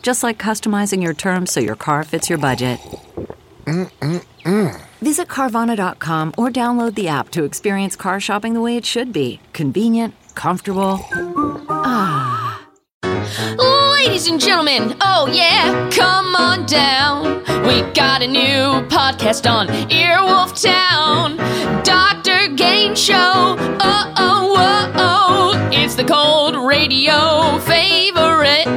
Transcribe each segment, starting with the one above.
Just like customizing your terms so your car fits your budget. Visit Carvana.com or download the app to experience car shopping the way it should be convenient, comfortable. Ladies and gentlemen, oh yeah, come on down. We got a new podcast on Earwolf Town. Dr. Game Show, oh oh, whoa, oh. It's the cold radio favorite.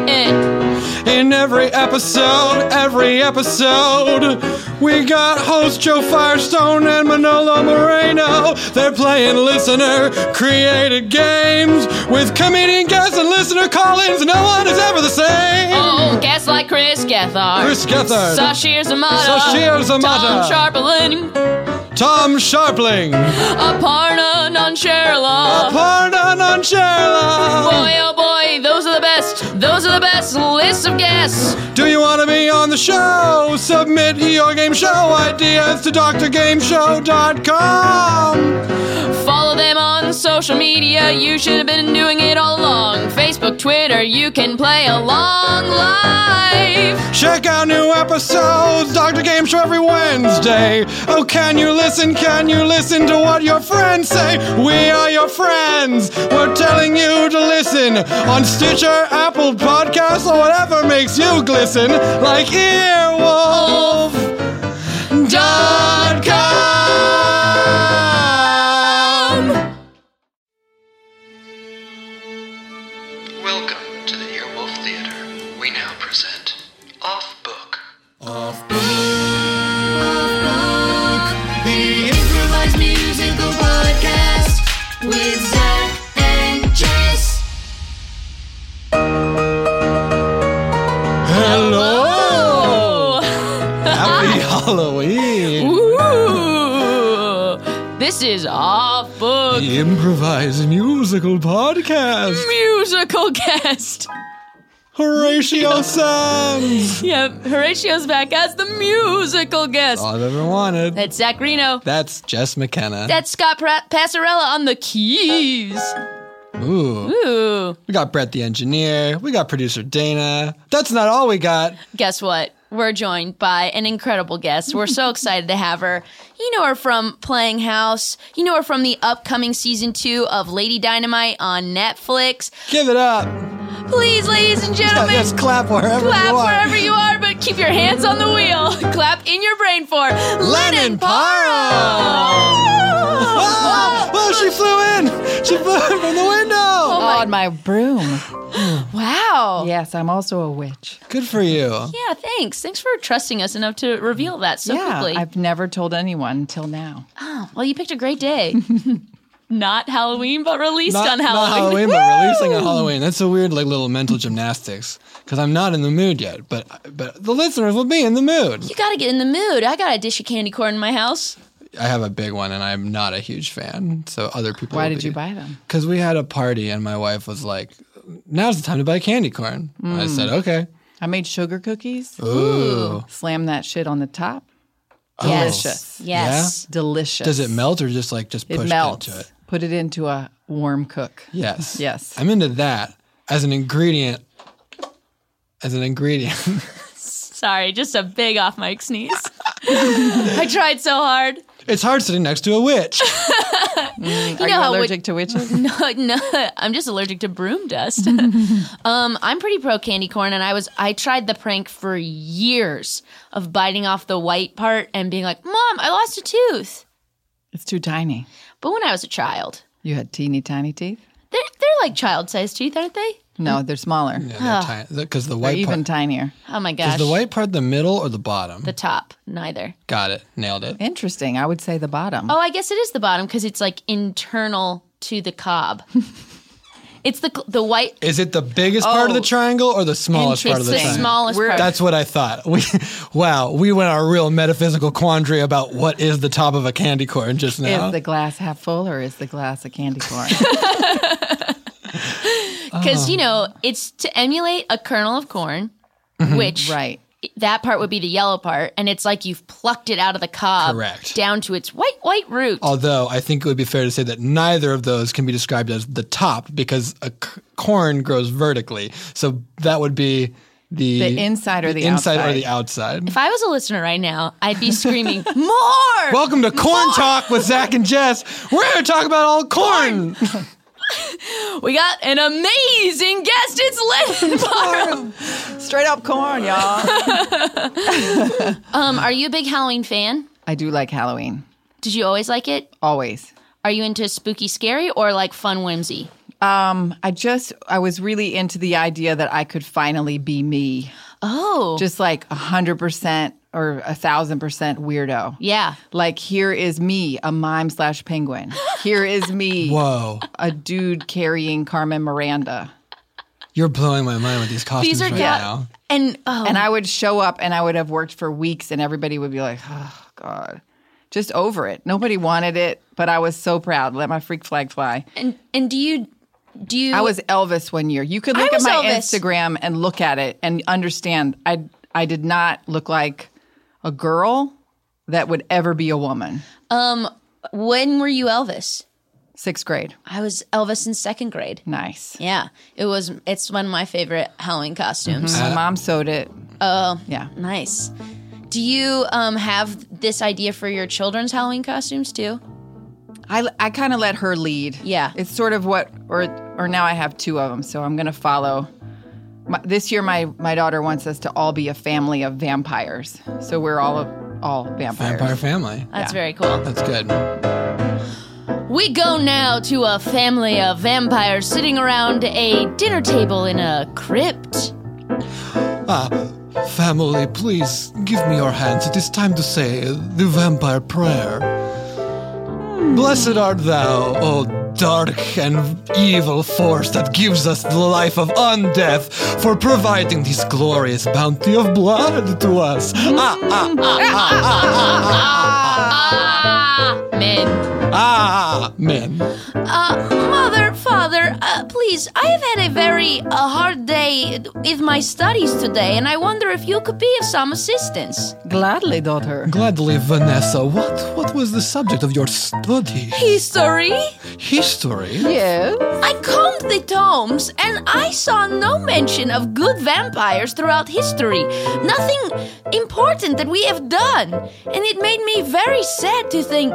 In every episode, every episode, we got host Joe Firestone and Manolo Moreno. They're playing listener created games with comedian guests and listener call ins. No one is ever the same. Oh, guests like Chris Gethard. Chris Gethard. Sashir Zamata. Sashir Zamata. Tom Sharplin. Tom Sharpling, Aparna Nonsherla. Aparna Nancherla. Oh. Boy, oh boy, those are the best. Those are the best list of guests. Do you want to be on the show? Submit your game show ideas to drgameshow.com. Follow them on social media. You should have been doing it all along. Facebook, Twitter, you can play along live. Check out new episodes, Dr. Game Show every Wednesday. Oh, can you listen? Can you listen to what your friends say? We are your friends. We're telling you to listen on Stitcher, Apple Podcasts, or whatever makes you glisten, like Earwolf.com. Welcome to the Earwolf Theater. We now present Off Book. The improvised musical podcast with Zach and Jess. Hello. Happy Halloween. Ooh, this is off book The improvised musical podcast. musical guest. Horatio Sands. Yep, Horatio's back as the musical guest. All I've ever wanted. That's Zach Reno. That's Jess McKenna. That's Scott pra- Passarella on the keys. Ooh. Ooh, We got Brett the engineer. We got producer Dana. That's not all we got. guess what? We're joined by an incredible guest. We're so excited to have her. You know her from Playing House. You know her from the upcoming season two of Lady Dynamite on Netflix. Give it up. Please, ladies and gentlemen, Just clap wherever clap you are. wherever you are, but keep your hands on the wheel. clap in your brain for Lennon Lennon Oh, Paro. Whoa! Whoa, she flew in. She flew in from the window. on my broom. Oh Wow. Yes, I'm also a witch. Good for you. Yeah, thanks. Thanks for trusting us enough to reveal that so yeah, quickly. I've never told anyone till now. Well, you picked a great day. Not Halloween, but released on not Halloween. but releasing on Halloween. That's a weird, like, little mental gymnastics. Because I'm not in the mood yet, but but the listeners will be in the mood. You gotta get in the mood. I got a dish of candy corn in my house. I have a big one, and I'm not a huge fan. So other people. Why did you buy them? Because we had a party, and my wife was like, "Now's the time to buy candy corn." And I Mm. said, "Okay." I made sugar cookies. Ooh. Slam that shit on the top. Yes. Delicious. Yes. Delicious. Does it melt or just like just It push melts. into it? Put it into a warm cook. Yes. Yes. I'm into that as an ingredient. As an ingredient. Sorry, just a big off mic sneeze. I tried so hard. It's hard sitting next to a witch. Are you know how allergic witch- to witches? no, no, I'm just allergic to broom dust. um, I'm pretty pro candy corn, and I was I tried the prank for years of biting off the white part and being like, "Mom, I lost a tooth." It's too tiny. But when I was a child, You had teeny tiny teeth? they're they're like child sized teeth, aren't they? No, they're smaller. Because the They're white even part, tinier. Oh my is gosh, the white part the middle or the bottom? the top, neither. Got it. Nailed it. Interesting. I would say the bottom. Oh, I guess it is the bottom because it's like internal to the cob. it's the the white. Is it the biggest part of the Oh. triangle or the smallest part of the It's the triangle? smallest We're- part. That's what I thought. We, wow, we went on a real metaphysical quandary about what is the top of a candy corn just now. Is the glass half full or is the glass a candy corn? uh-huh. because you know it's to emulate a kernel of corn, Mm-hmm. which right. that part would be the yellow part, and it's like you've plucked it out of the cob Correct. down to its white white root. Although I think it would be fair to say that neither of those can be described as the top because a c- corn grows vertically. So that would be the, The inside or the inside or outside. the outside. if I was a listener right now, I'd be screaming more. Welcome to Corn Talk with Zach and Jess. We're going to talk about all corn. we got an amazing guest. It's Lynn Barham. Straight up corn, y'all. Um, are you a big Halloween fan? I do like Halloween. Did you always like it? Always. Are you into spooky, scary, or like fun, whimsy? I just I was really into the idea that I could finally be me. Oh, Just like a hundred percent or a thousand percent weirdo. yeah. Like here is me, a mime slash penguin. Here is me, Whoa, a dude carrying Carmen Miranda. you're blowing my mind with these costumes These are right yeah. now. And oh, And I would show up and I would have worked for weeks and everybody would be like, oh, God, just over it. Nobody wanted it, but I was so proud. Let my freak flag fly. and and do you do you? I was Elvis one year. You could I look at was my Elvis. Instagram and look at it and understand I, I did not look like a girl that would ever be a woman. When were you Elvis? Sixth grade. I was Elvis in second grade. Nice. Yeah, it was. It's one of my favorite Halloween costumes. My mom sewed it. Oh. Yeah. Nice. Do you um, have this idea for your children's Halloween costumes too? I, I kind of let her lead. Yeah. It's sort of what, or or now I have two of them, so I'm gonna follow. My, this year, my my daughter wants us to all be a family of vampires, so we're all all vampires. Vampire family. That's very cool. That's good. We go now to a family of vampires sitting around a dinner table in a crypt. Family, please give me your hands. It is time to say the vampire prayer. Blessed art thou, O dark and evil force that gives us the life of undeath, for providing this glorious bounty of blood to us. Ah, ah, ah, Ah, men. ah, men. Uh, mother, father, uh, please. I have had a very uh, hard day with my studies today, and I wonder if you could be of some assistance. Gladly, daughter. Gladly, Vanessa, what, what was the subject of your study? History. History? Yeah. I combed the tomes and I saw no mention of good vampires throughout history. Nothing important that we have done. And it made me very sad to think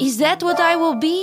Is that what I will be?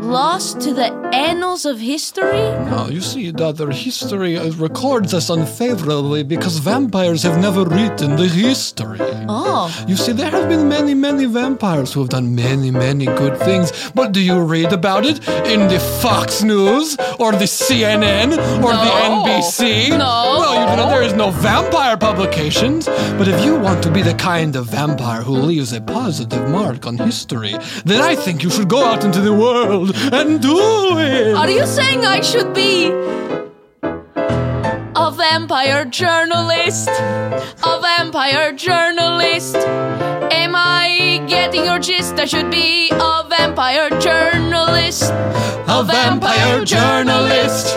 Lost to the annals of history? Now, you see, daughter, history uh, records us unfavorably because vampires have never written the history. Oh, You see, there have been many, many vampires who have done many, many good things, but do you read about it in the Fox News or the CNN or the NBC? No. Well, you know, there is no vampire publications. But if you want to be the kind of vampire who leaves a positive mark on history, then I think you should go out into the world and do it. are you saying I should be a vampire journalist? A vampire journalist? Am I getting your gist? I should be a vampire journalist. A vampire journalist.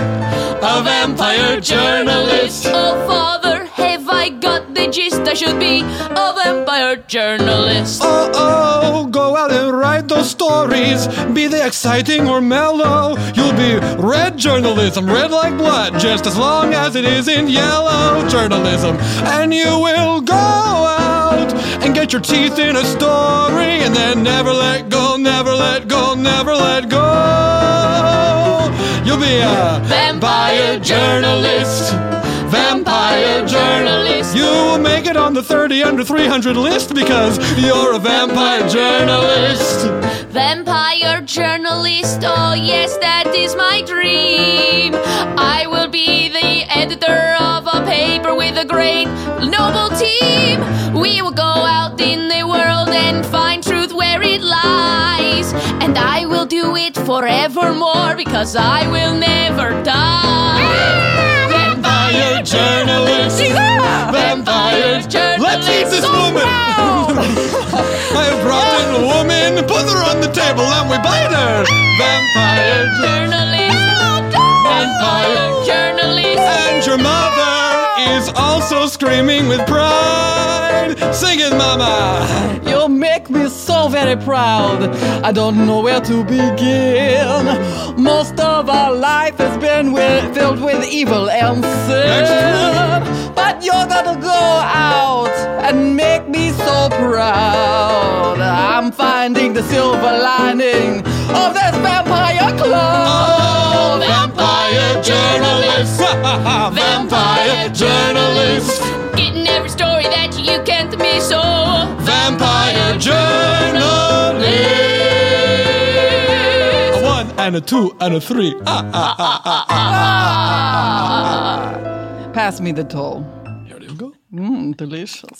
A vampire journalist. Oh, father, have I got the gist? I should be a vampire journalist. Oh, oh, go out and write those stories. Be they exciting or mellow. You'll be red journalism, red like blood, just as long as it isn't yellow journalism. And you will go out and get Cut your teeth in a story and then never let go, never let go, never let go. You'll be a vampire journalist. Vampire journalist. You will make it on the 30 under 300 list because you're a vampire journalist. Vampire journalist, oh yes, that is my dream. I will be the editor of a paper with a great, noble team. We will go out in the world and find truth where it lies. And I will do it forevermore because I will never die. Vampire journalist. Vampire journalist. Let's eat this Oh, woman. I have brought in a woman. Put her on the table and we bite her. Vampire journalist. Journalist, vampire journalist. And your mother is also screaming with pride. Sing it, mama. You make me so very proud. I don't know where to begin. Most of our life has been with, filled with evil and sin. But you're gonna go out and make me so proud. I'm finding the silver lining of this vampire cloud. Oh, Vampire journalist. Vampire journalist. Getting every story that you can't miss. Oh, Vampire journalist. A one and a two and a three. Ah, ah, ah, ah, Pass me the toll. ah. Here you go. Mmm, delicious.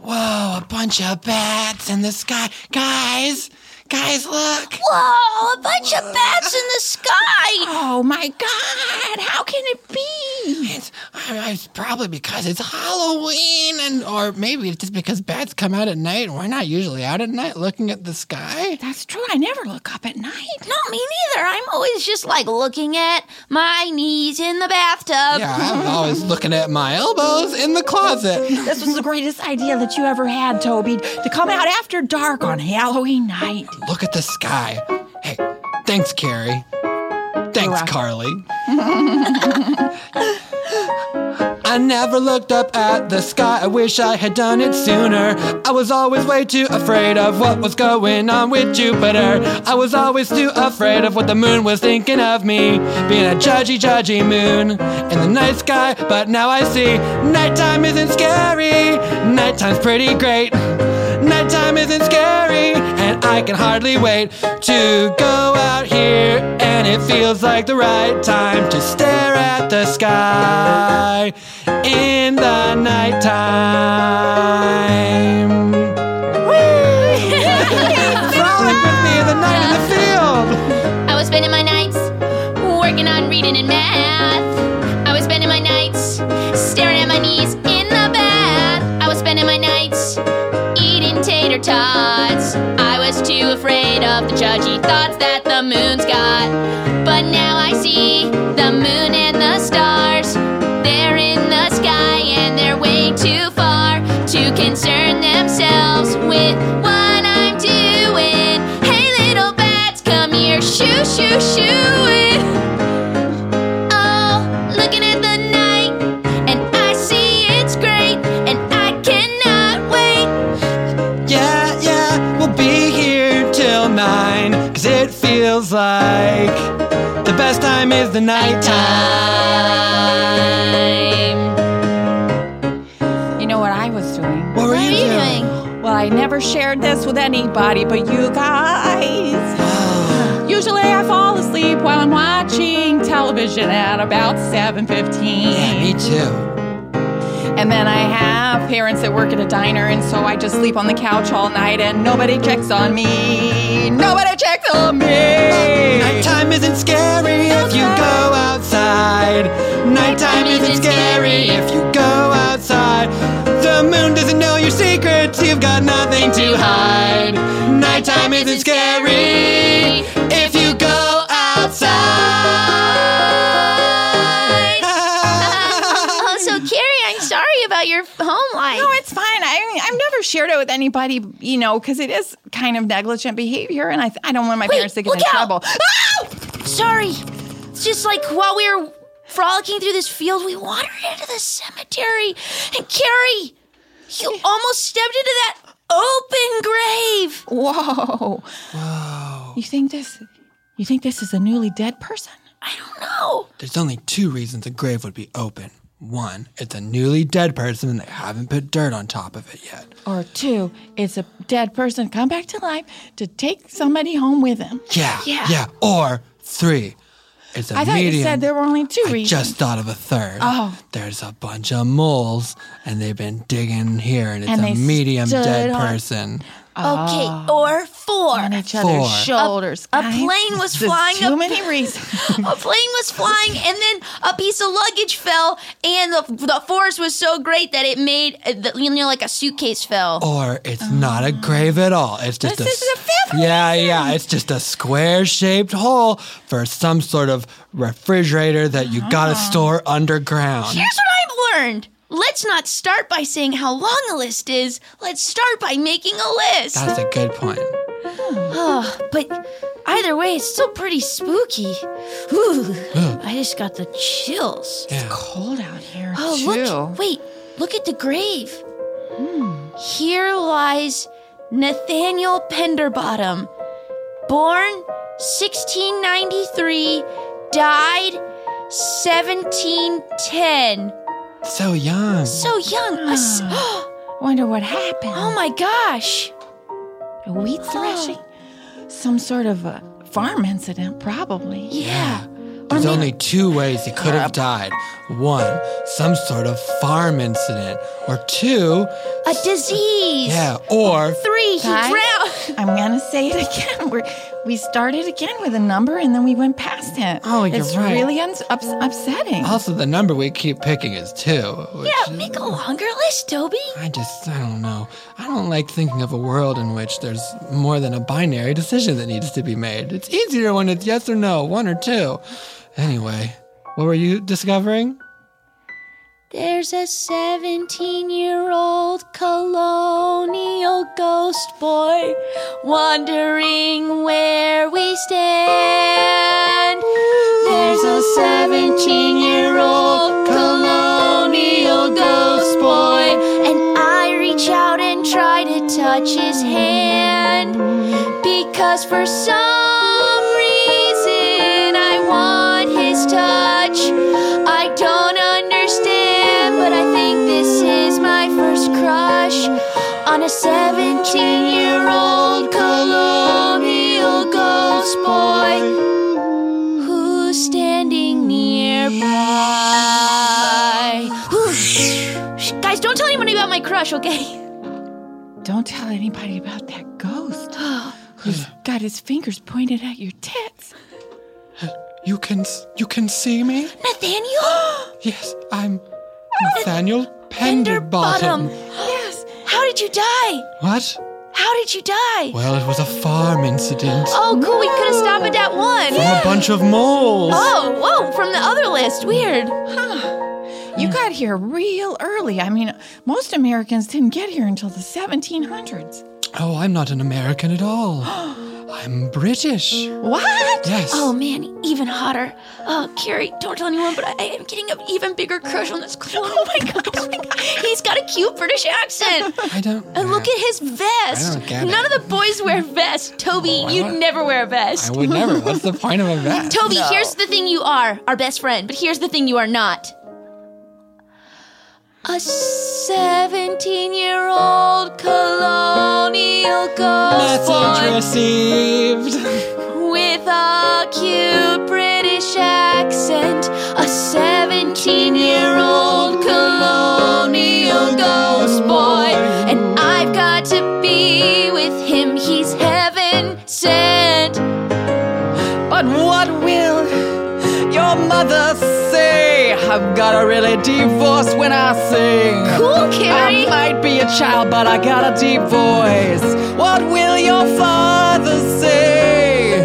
Whoa, a bunch of bats in the sky. Guys, guys, look. Whoa, a bunch of bats in the sky! Oh my god, how can it be? It's, I- it's probably because it's Halloween, and or maybe it's just because bats come out at night, and we're not usually out at night looking at the sky. That's true. I never look up at night. Not me neither. I'm always just like looking at my knees in the bathtub. Yeah, I'm always looking at my elbows in the closet. This was the greatest idea that you ever had, Toby, to come out after dark on Halloween night. Look at the sky. Hey, thanks, Carrie. Thanks, Carly. I never looked up at the sky. I wish I had done it sooner. I was always way too afraid of what was going on with Jupiter. I was always too afraid of what the moon was thinking of me. Being a judgy, judgy moon in the night sky. But now I see nighttime isn't scary. Nighttime's pretty great. Nighttime isn't scary. And I can hardly wait to go out here. And it feels like the right time to stare at the sky in the nighttime. Whee! Frolic with me in the night in the field. I was spending my nights working on reading and math. I was spending my nights staring at my knees in the bath. I was spending my nights eating tater tots. I was too afraid of the judgy thoughts that the moon's got. But now I see the moon and the stars. They're in the sky and they're way too far to concern themselves with what I'm doing. Hey, little bats, come here, shoo, shoo, shoo it. Oh, looking at the night, and I see it's great, and I cannot wait. Yeah, yeah, we'll be here till nine. Cause it feels like the best time is the nighttime. Time. You know what I was doing? What were you doing? Well, I never shared this with anybody but you guys. Usually I fall asleep while I'm watching television at about 7:15. Yeah, me too. And then I have parents that work at a diner, and so I just sleep on the couch all night, and nobody checks on me. Nobody checks on me. Nighttime isn't scary if you go outside. Nighttime isn't scary if you go outside. The moon doesn't know your secrets, you've got nothing to hide. Nighttime isn't scary if you go outside. Oh, so Carrie, I'm sorry about your home life. No, it's fine. I, I've never shared it with anybody, you know, because it is kind of negligent behavior, and I, I don't want my parents to get look in out. trouble. Sorry. It's just like while we were frolicking through this field, we wandered into the cemetery. And Carrie, you almost stepped into that open grave. Whoa. You think this you think this is a newly dead person? No. There's only two reasons a grave would be open. One, it's a newly dead person and they haven't put dirt on top of it yet. Or two, it's a dead person come back to life to take somebody home with him. Yeah. Yeah. Or three, it's a I thought medium. you said there were only two I reasons. just thought of a third. Oh. There's a bunch of moles and they've been digging here and it's And a they medium stood dead on- person. Oh. Okay, or four. on each other's Four. shoulders. A guys. plane was There's flying Too up- many reasons. a plane was flying, and then a piece of luggage fell, and the, the force was so great that it made uh, the, you know like a suitcase fell. Or it's not a grave at all. It's just Oh. This a, is s- the fifth Yeah, yeah. It's just a square shaped hole for some sort of refrigerator that you gotta Ah. store underground. Here's what I've learned. Let's not start by saying how long a list is. Let's start by making a list. That's a good point. Ugh, but either way, it's still pretty spooky. Ooh, I just got the chills. Cold out here Oh, Chill. look. Wait, look at the grave. Here lies Nathaniel Penderbottom, born 1693, died 1710. So young. So young. a s- Wonder what happened. oh my gosh. Oh, A wheat threshing? Some sort of a farm incident, probably. Yeah. There's only two ways he could have died. One, some sort of farm incident. Or two, A disease. yeah, or Three, he Guys? drowned. I'm gonna say it again. We're, we started again with a number and then we went past it. Oh, you're it's right. really uns ups- upsetting. also the number we keep picking is two. Which Yeah, make a longer list, Toby. I just, I don't know. I don't like thinking of a world in which there's more than a binary decision that needs to be made. It's easier when it's yes or no, one or two. Anyway, what were you discovering? There's a 17 year old colonial ghost boy wondering where we stand. There's a 17 year old colonial ghost boy, and I reach out and try to touch his hand because for some reason I want his touch. I don't understand, but I think this is my first crush on a 17 year old colonial ghost boy who's standing nearby. Whew. Guys, don't tell anybody about my crush, okay? Don't tell anybody about that ghost. He's got his fingers pointed at your tits. You can, you can see me? Nathaniel? Yes, I'm Nathaniel Penderbottom. Yes. How did you die? What? How did you die? Well, it was a farm incident. Oh, cool. We could have stopped at that one. From a bunch of moles. Oh, whoa, from the other list. Weird. You got here real early. I mean, most Americans didn't get here until the 1700s. Oh, I'm not an American at all. I'm British. What? Yes. Oh, man, even hotter. Oh, Carrie, don't tell anyone, but I, I am getting an even bigger crush on this clone. Oh my god. He's got a cute British accent. I don't. And look at his vest. I don't get None it. of the boys wear vests. Toby, you'd never wear a vest. I would never. What's the point of a vest? Toby, here's the thing you are our best friend, but here's the thing you are not. A 17 year old colonial ghost boy received. with a cute British accent. A 17 year old colonial ghost boy. And I've got to be with him, he's heaven sent. But what will your mother say? I've got a really deep voice when I sing. Cool, I Carrie. might be a child, but I got a deep voice. What will your father say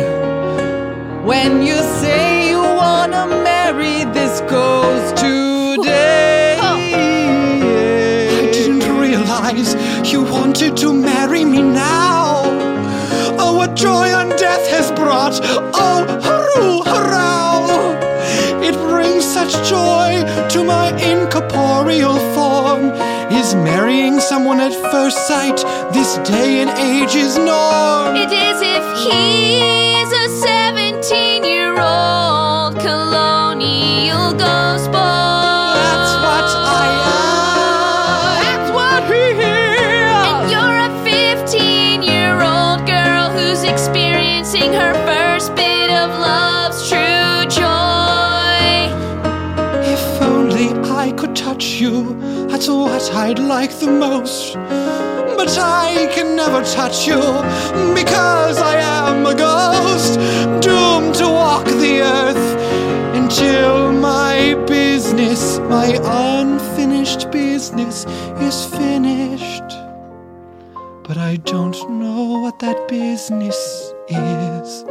when you say you wanna marry this ghost today? I didn't realize you wanted to marry me now. Oh, what joy and death has brought. Oh, hurroo, hurrah! It brings such joy to my incorporeal form. Is marrying someone at first sight this day and age is norm. It is if he's a 17 year old colonial ghost boy. That's what I am. That's what he is. And you're a 15 year old girl who's experiencing her first bit of love's true joy. If only I could touch you, that's what I'd like the most. But I can never touch you because I am a ghost, doomed to walk the earth until my business, my unfinished business, is finished. But I don't know what that business is.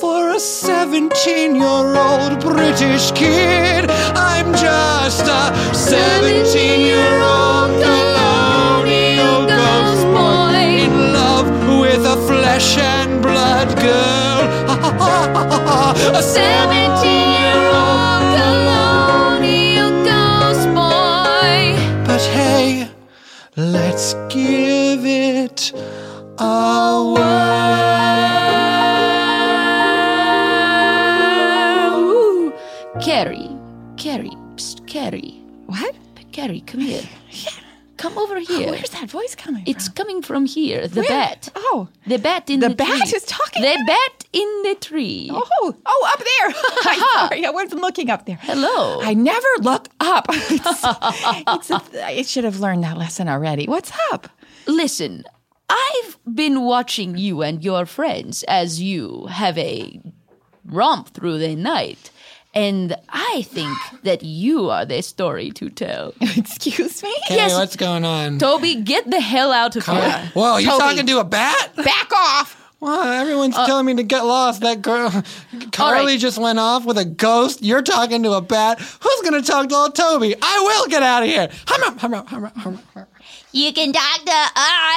For a 17 year old British kid, I'm just a 17 year old colonial ghost boy in love with a flesh and blood girl. Ah, a 17 year old Colonial ghost boy. But hey, let's give it a whirl. Ooh. Carrie, Carrie, psst, Carrie. What? Carrie, come here. Come over here. Where's that voice coming It's coming from here, the bat. Oh. The bat in the, The bat tree. is talking? The bat in the tree. Oh, oh, up there. I'm sorry, I wasn't looking up there. Hello. I never look up. It's- it's a- I should have learned that lesson already. What's up? Listen, I've been watching you and your friends as you have a romp through the night, and I think that you are the story to tell. Excuse me? Yes. what's going on? Toby, get the hell out of here. Whoa, you're Toby. talking to a bat? Back off. Well, everyone's telling me to get lost. That girl, Carly, right. just went off with a ghost. You're talking to a bat. Who's gonna talk to old Toby? I will get out of here. Hum, hum, hum, hum, hum, hum. You can talk to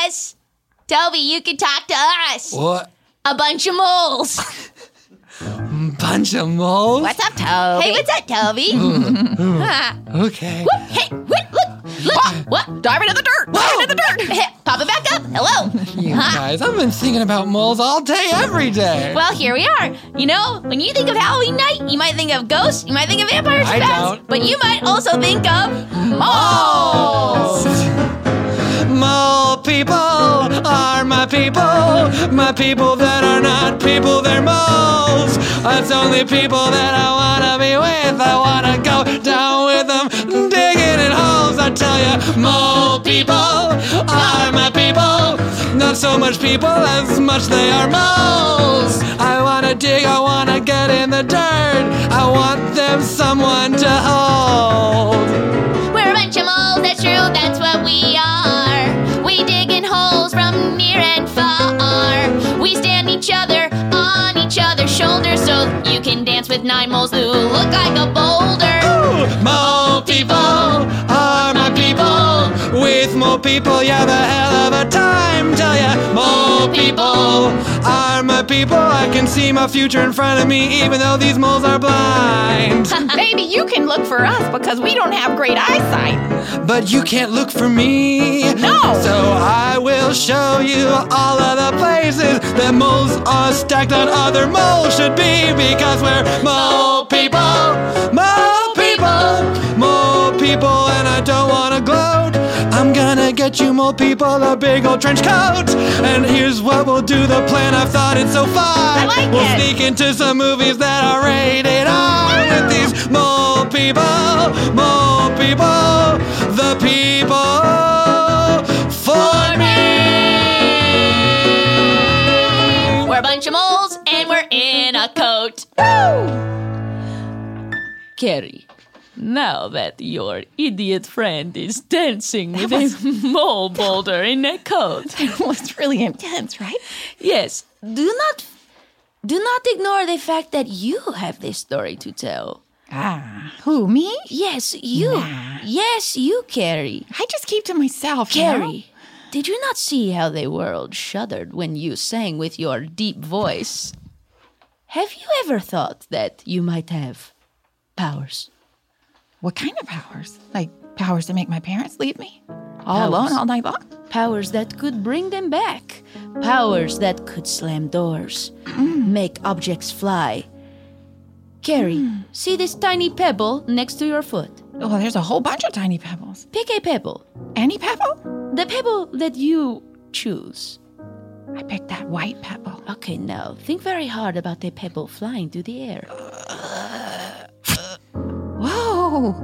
us. Toby, you can talk to us. What? A bunch of moles. Bunch of moles. What's up, Toby? Hey, what's up, Toby? Hmm. Okay. hey, wait, look, look. What? Dive into the dirt. Dive into the dirt. Heh, Pop it back up. Hello. You guys, I've been thinking about moles all day, every day. Well, here we are. You know, when you think of Halloween night, you might think of ghosts, you might think of vampires, I bats, don't. but you might also think of moles. Mole people are my people. My people that are not people, they're moles. It's only people that I wanna be with. I wanna go down with them, digging in holes. I tell ya, mole people are my people. Not so much people as much they are moles. I wanna dig, I wanna get in the dirt. I want them someone to hold. We're a bunch of moles, that's true, that's what we are. We dig in holes from near and far. We stand each other on each other's shoulders so you can dance with nine moles who look like a boulder. More people are my people. With more people, you have a hell of a time. Tell ya, more people are my people. I can see my future in front of me, even though these moles are blind. Maybe you can look for us because we don't have great eyesight. But you can't look for me. No. So I will show you all of the places that moles are stacked on other moles should be because we're mole people. Mole people. Mole people, and I don't want to gloat. I'm gonna get you mole people a big old trench coat. And here's what we'll do the plan I've thought it so far. I like we'll it. sneak into some movies that are rated R with these mole people, mole people, the people for me. We're a bunch of moles and we're in a coat. Carrie, now that your idiot friend is dancing with a mole boulder in a coat, Well, it's really intense, right? yes, do not, do not ignore the fact that you have this story to tell. Ah, who me? Yes, you. Yes, you, Carrie. I just keep to myself. you know? Carrie, did you not see how the world shuddered when you sang with your deep voice? Have you ever thought that you might have powers. What kind of powers? Like powers to make my parents leave me? All Powers. alone all night long? Powers that could bring them back. Powers that could slam doors, make objects fly. Carrie, see this tiny pebble next to your foot? Oh, there's a whole bunch of tiny pebbles. Pick a pebble. Any pebble? The pebble that you choose. I picked that white pebble. Okay, now think very hard about a pebble flying through the air. Whoa!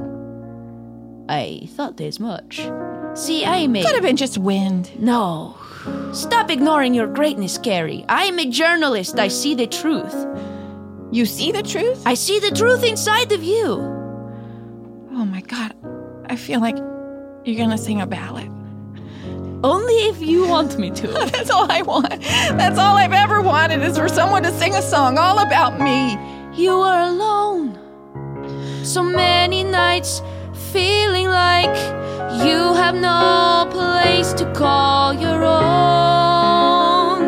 I thought as much. See, I made. Could have been just wind. No. Stop ignoring your greatness, Carrie. I am a journalist. I see the truth. You see the truth? I see the truth inside of you. Oh my god. I feel like you're gonna sing a ballad. Only if you want me to. That's all I want. That's all I've ever wanted is for someone to sing a song all about me. You were alone. So many nights feeling like you have no place to call your own.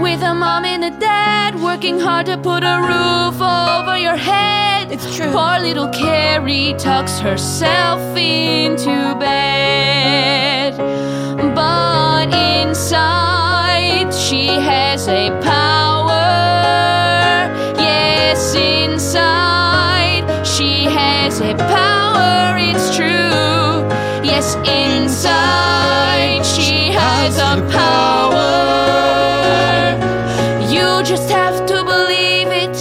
With a mom and a dad working hard to put a roof over your head. It's true. Poor little Carrie tucks herself into bed. But inside, she has a power. Yes, inside, she has a power. It's true. Yes, inside, she has a power. You just have to believe it,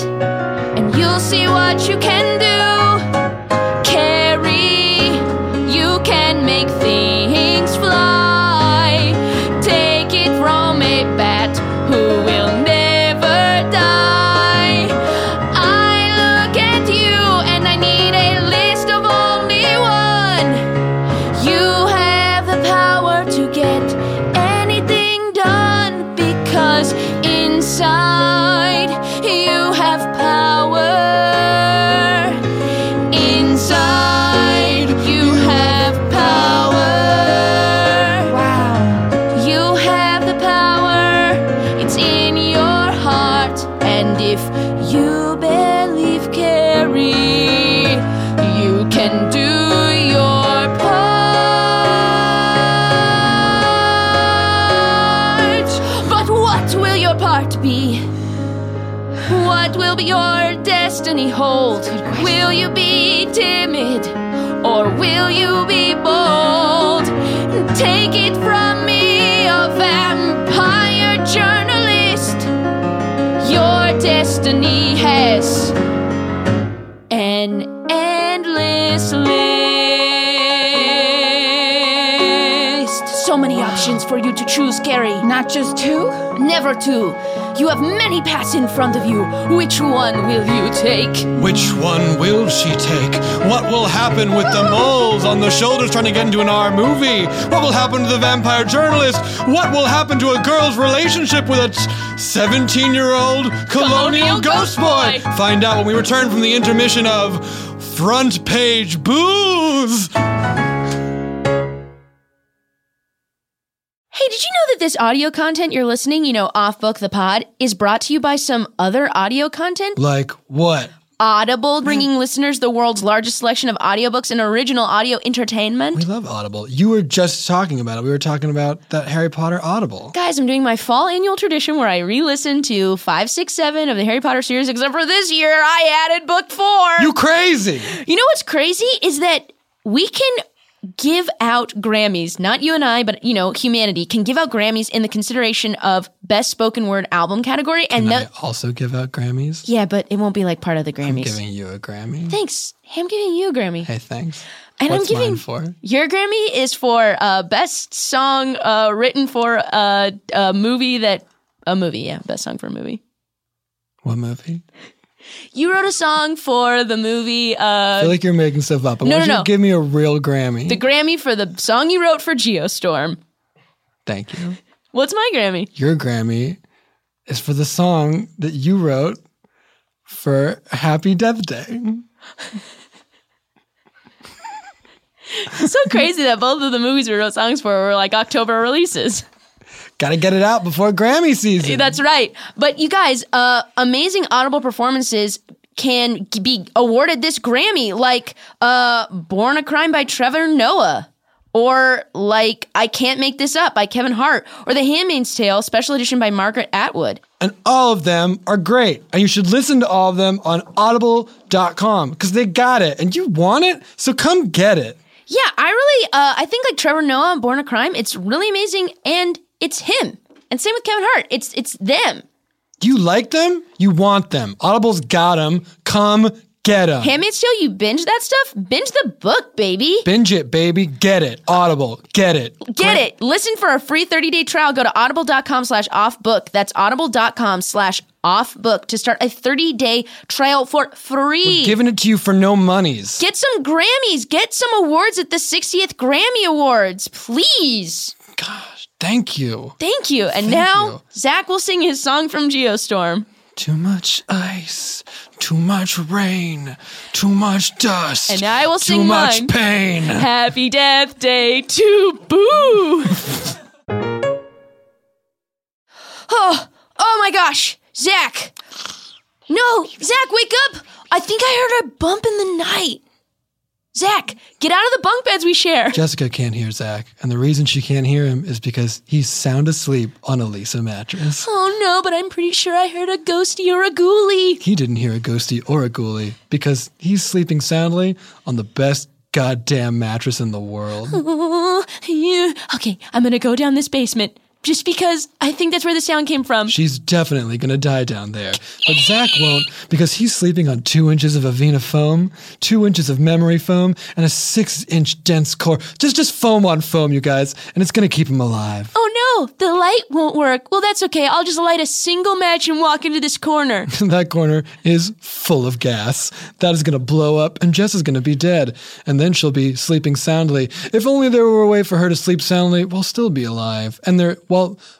and you'll see what you can do. Carrie, you can make things fly. Take it from a bat who will never die. I look at you and I need a list of only one. You have the power to get anything done because inside you have power. Inside, you have power. Wow. You have the power. It's in your heart. And if you believe, Carrie, you can do your part. But what will your part be? What will your destiny hold? Will you be timid or will you be bold? Take it from me, a vampire journalist. Your destiny has an endless list. So many options for you to choose, Carrie. Not just two? Never two. You have many paths in front of you. Which one will you take? Which one will she take? What will happen with the moles on the shoulders trying to get into an R movie? What will happen to the vampire journalist? What will happen to a girl's relationship with a 17 year old colonial, Colonial ghost ghost boy? boy. Find out when we return from the intermission of Front Page Booze. Hey, did you know that this audio content you're listening, you know, Off Book the Pod, is brought to you by some other audio content? Like what? Audible, bringing listeners the world's largest selection of audiobooks and original audio entertainment. We love Audible. You were just talking about it. We were talking about that Harry Potter Audible. Guys, I'm doing my fall annual tradition where I re listen to five, six, seven of the Harry Potter series, except for this year, I added book four. You crazy! You know what's crazy is that we can give out Grammys, not you and I, but you know, humanity can give out Grammys in the consideration of best spoken word album category. And I no, also give out Grammys. yeah, but it won't be like part of the Grammys. Giving you a Grammy. Thanks. Hey, I'm giving you a Grammy. Hey, thanks. And I'm What's mine giving- for? Your Grammy is for uh, best song uh, written for uh, a movie that a movie, yeah, best song for a movie. What movie? You wrote a song for the movie uh, I feel like you're making stuff up. But No, why no, don't you no. give me a real Grammy? the Grammy for the song you wrote for Geostorm. Thank you. What's my Grammy? Your Grammy is for the song that you wrote for Happy Death Day. It's so crazy that both of the movies we wrote songs for were like October releases. Gotta get it out before Grammy season. That's right. But you guys, uh, amazing Audible performances. can g- be awarded this Grammy, like uh, Born a Crime by Trevor Noah, or like I Can't Make This Up by Kevin Hart, or The Handmaid's Tale Special Edition by Margaret Atwood. And all of them are great. And you should listen to all of them on audible.com because they got it and you want it. So come get it. Yeah, I really, uh, I think like Trevor Noah on Born a Crime, it's really amazing, and it's him. And same with Kevin Hart, it's it's them. You like them, you want them. Audible's got them. Come get them. Handmaid's Tale, you binge that stuff? Binge the book, baby. Binge it, baby. Get it. Audible. Get it. Get it. Listen for a free 30-day trial. Go to audible.com slash offbook. That's audible.com slash offbook to start a 30-day trial for free. Giving it to you for no monies. Get some Grammys. Get some awards at the 60th Grammy Awards. Please. Thank you. Thank you. And now Zach will sing his song from Geostorm. Too much ice, too much rain, too much dust, And I will too sing much mine. pain. Happy Death Day to Boo! oh, oh my gosh, Zach! No, Zach, wake up! I think I heard a bump in the night. Zach, get out of the bunk beds we share. Jessica can't hear Zach, and the reason she can't hear him is because he's sound asleep on a Lisa mattress. Oh no, but I'm pretty sure I heard a ghosty or a ghoulie. He didn't hear a ghosty or a ghoulie because he's sleeping soundly on the best goddamn mattress in the world. Oh, yeah. Okay, I'm gonna go down this basement just because I think that's where the sound came from. She's definitely gonna die down there. But Zach won't because he's sleeping on two inches of Avena foam, two inches of memory foam, and a six inch dense core. Just just foam on foam, you guys, and it's gonna keep him alive. Oh no, the light won't work. Well, that's okay. I'll just light a single match and walk into this corner. that corner is full of gas. That is gonna blow up, and Jess is gonna be dead. And then she'll be sleeping soundly. If only there were a way for her to sleep soundly while still be alive. And there while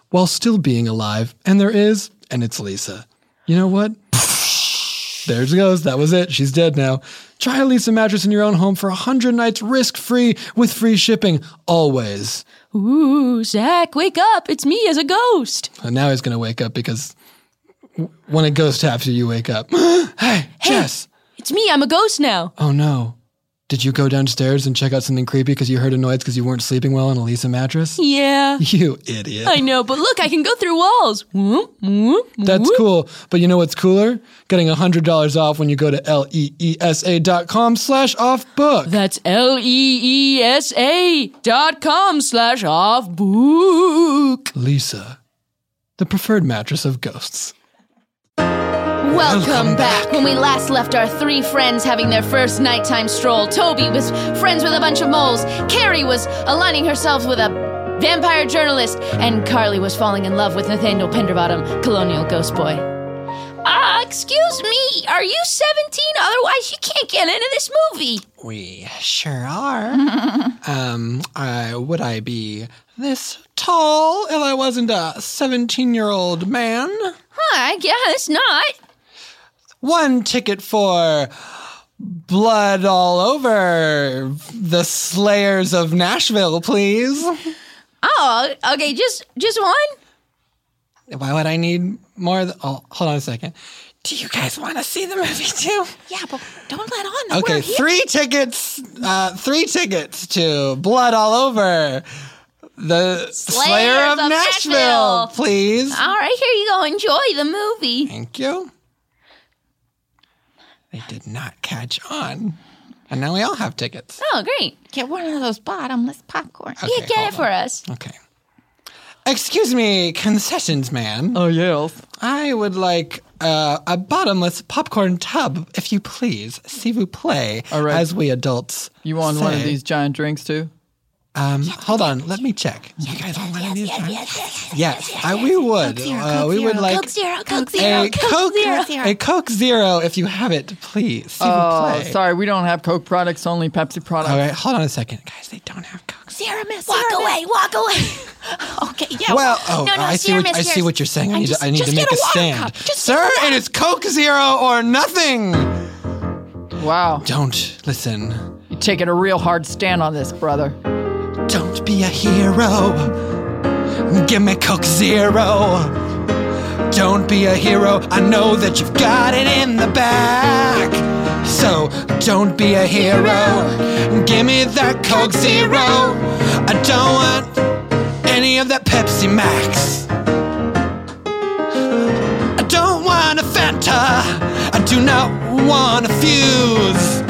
while still being alive. And there is, and it's Lisa. You know what? There she goes. That was it. She's dead now. Try a Lisa mattress in your own home for 100 nights risk free with free shipping always. Ooh, Zach, wake up. It's me as a ghost. And now he's going to wake up because w- when a ghost taps you, you wake up. hey, Jess. It's me. I'm a ghost now. Oh no. Did you go downstairs and check out something creepy because you heard a noise because you weren't sleeping well on a Lisa mattress? Yeah. You idiot. I know, but look, I can go through walls. Whoop, whoop, That's whoop. cool. But you know what's cooler? Getting $100 off when you go to E L-E-E-S-A dot com slash off book. That's L E E S A dot com slash off book. Lisa, the preferred mattress of ghosts. Welcome back. When we last left our three friends having their first nighttime stroll, Toby was friends with a bunch of moles, Carrie was aligning herself with a vampire journalist, and Carly was falling in love with Nathaniel Penderbottom, colonial ghost boy. Ah, excuse me, are you 17? Otherwise, you can't get into this movie. We sure are. Um, I, would I be this tall if I wasn't a 17 year old man? Huh, I guess not. One ticket for blood all over the Slayers of Nashville, please. Oh, okay, just just one? Why would I need more? Th- oh, hold on a second. Do you guys want to see the movie too? Yeah, but don't let on. that Okay, we're here. three tickets. Uh, three tickets to Blood All Over. The Slayer of, of Nashville, Nashville. Ah. please. All right, here you go. Enjoy the movie. Thank you. They did not catch on, and now we all have tickets. Oh, great. Get one of those bottomless popcorn. Okay, yeah, get it hold for us. on. Okay. Excuse me, concessions man. Oh, yes. I would like uh, a bottomless popcorn tub, if you please. Si vous plaît, All right. as we adults. You want one of say. these giant drinks too? Um, hold on, let me check. you guys want one of these? Yes, I, we would. uh, we would like Coke Zero, Coke a Zero, Coke, a Coke Zero, if you have it, please. Si vous Oh, plaît. sorry, we don't have Coke products, only Pepsi products. All right, hold on a second, guys. They don't have Coke Zero. Zero Miss. Walk Zero away, walk away. Okay, yeah. Well, oh, no, I see. What, Serum I is see yours. what you're saying. I And need. just- to, I need just to make get a a water stand, cup. Just sir. get a It water is Coke Zero or nothing. Wow. Don't listen. You're taking a real hard stand on this, brother. Don't be a hero. Give me Coke Zero. Don't be a hero, I know that you've got it in the back. So don't be a hero, give me that Coke Zero. I don't want any of that Pepsi Max. I don't want a Fanta, I do not want a fuse.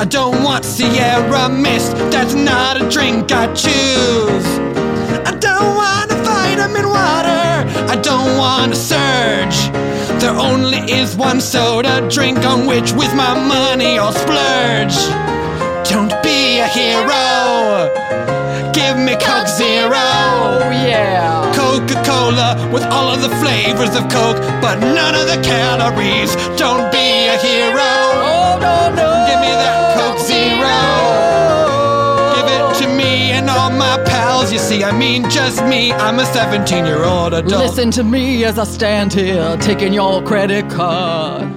I don't want Sierra Mist, that's not a drink I choose. I don't want a vitamin water, I don't want a surge. There only is one soda drink on which, with my money, I'll splurge. Don't be a hero, give me Coke Zero. Oh, Yeah. Coca Cola with all of the flavors of Coke, but none of the calories. Don't be a hero. Oh no no. Give me that Coke Zero. Give it to me and all my pals. You see, I mean, just me. I'm a 17 year old adult. Listen to me as I stand here taking your credit card.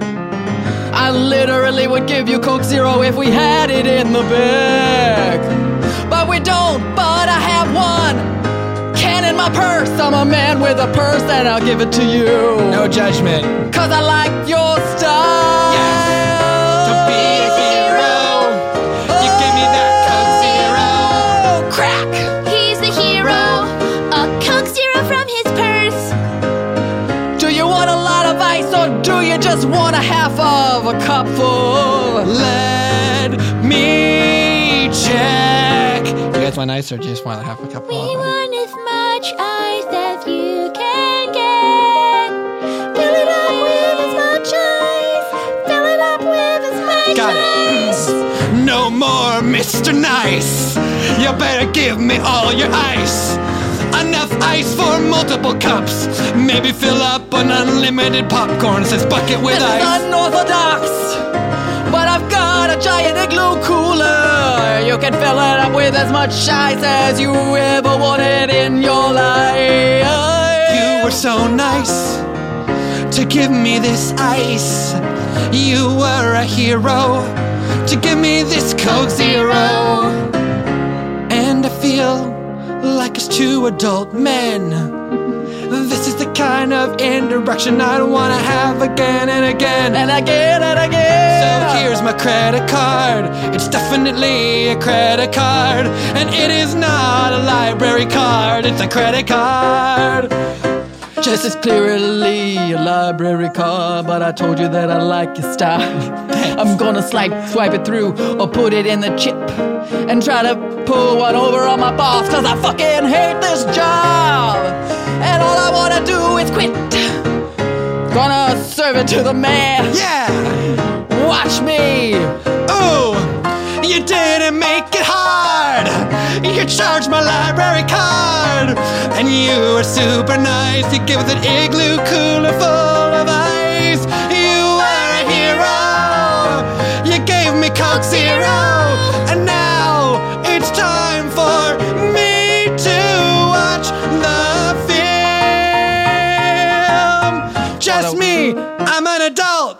I literally would give you Coke Zero if we had it in the bag. But we don't, but I have one can in my purse. I'm a man with a purse and I'll give it to you. No judgment. Cause I like your style. To be a hero. You give me that Coke Zero. Crack! He's the hero. A Coke Zero from his purse. Do you want a lot of ice or do you just want a half of a cupful? Let me check. You guys want ice or just want to have a cup of We want as much ice as you can get. Fill it up with as much ice. Fill it up with as much Got ice. it. No more Mr. Nice. You better give me all your ice. Enough ice for multiple cups. Maybe fill up an unlimited popcorn. Says bucket with This is ice. unorthodox, but I've got a giant igloo cooler. You can fill it up with as much ice as you ever wanted in your life. You were so nice to give me this ice. You were a hero to give me this Coke Zero. And I feel like it's two adult men. This is the kind of interaction I wanna have again and again. and again and So again. here's my credit card. It's definitely a credit card. And it is not a library card, it's a credit card. This is clearly a library card, but I told you that I like your style. I'm gonna swipe, swipe it through, or put it in the chip, and try to pull one over on my boss, cause I fucking hate this job! And all I wanna do is quit. Gonna serve it to the man. Yeah! Watch me! Ooh, you didn't make it hard. You charged my library card, and you were super nice. You gave us an igloo cooler full of ice. You were a hero. You gave me Coke Zero, and now it's time for me to watch the film. Just me. I'm an adult.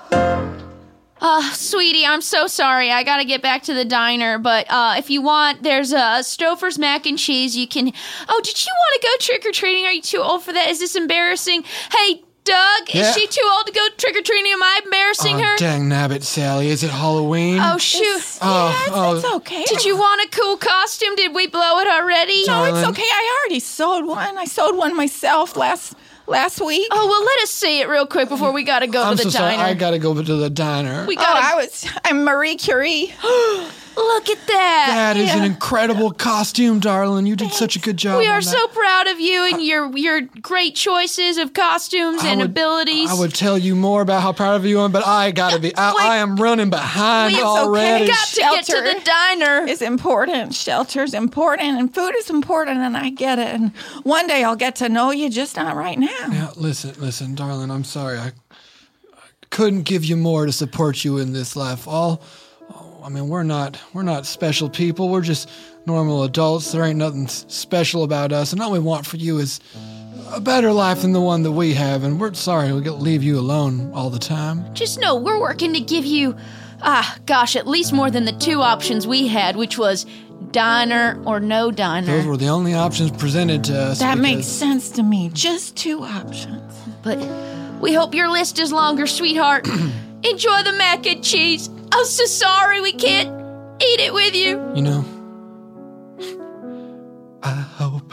Uh, sweetie, I'm so sorry. I gotta get back to the diner, but uh, if you want, there's a uh, Stouffer's mac and cheese. You can. Oh, did you want to go trick or treating? Are you too old for that? Is this embarrassing? Hey, Doug, is Yeah. she too old to go trick or treating? Am I embarrassing her? Oh, dang nabbit, Sally. Is it Halloween? Oh shoot! Oh, oh, It's okay. Did you want a cool costume? Did we blow it already? No, Oh, it's Darling. okay. I already sewed one. I sewed one myself last last week. Oh well, let us say it real quick before we gotta go I'm to so the sorry. diner. I gotta go to the diner. we Oh, I gotta was. I'm Marie Curie. Oh, look at that. That is an incredible costume, darling. You did such a good job. We on are that. so proud of you and your your great choices of costumes I and would- abilities. I would tell you more about how proud of you am, but I gotta be. I, I am running behind It's okay. already. got to get to shelter. the diner. Is important. Shelter's important, and food is important, and I get it. And one day I'll get to know you, just not right now. Now, listen, listen, darling. I'm sorry. I, I couldn't give you more to support you in this life. All, oh, I mean, we're not we're not special people. We're just normal adults. There ain't nothing s- special about us, and all we want for you is a better life than the one that we have. And we're sorry we got to leave you alone all the time. Just know we're working to give you, ah, gosh, at least more than the two options we had, which was diner or no diner. Those were the only options presented to us. That because- makes sense to me. Just two options. But we hope your list is longer, sweetheart. Enjoy the mac and cheese. I'm so sorry we can't eat it with you. You know, I hope.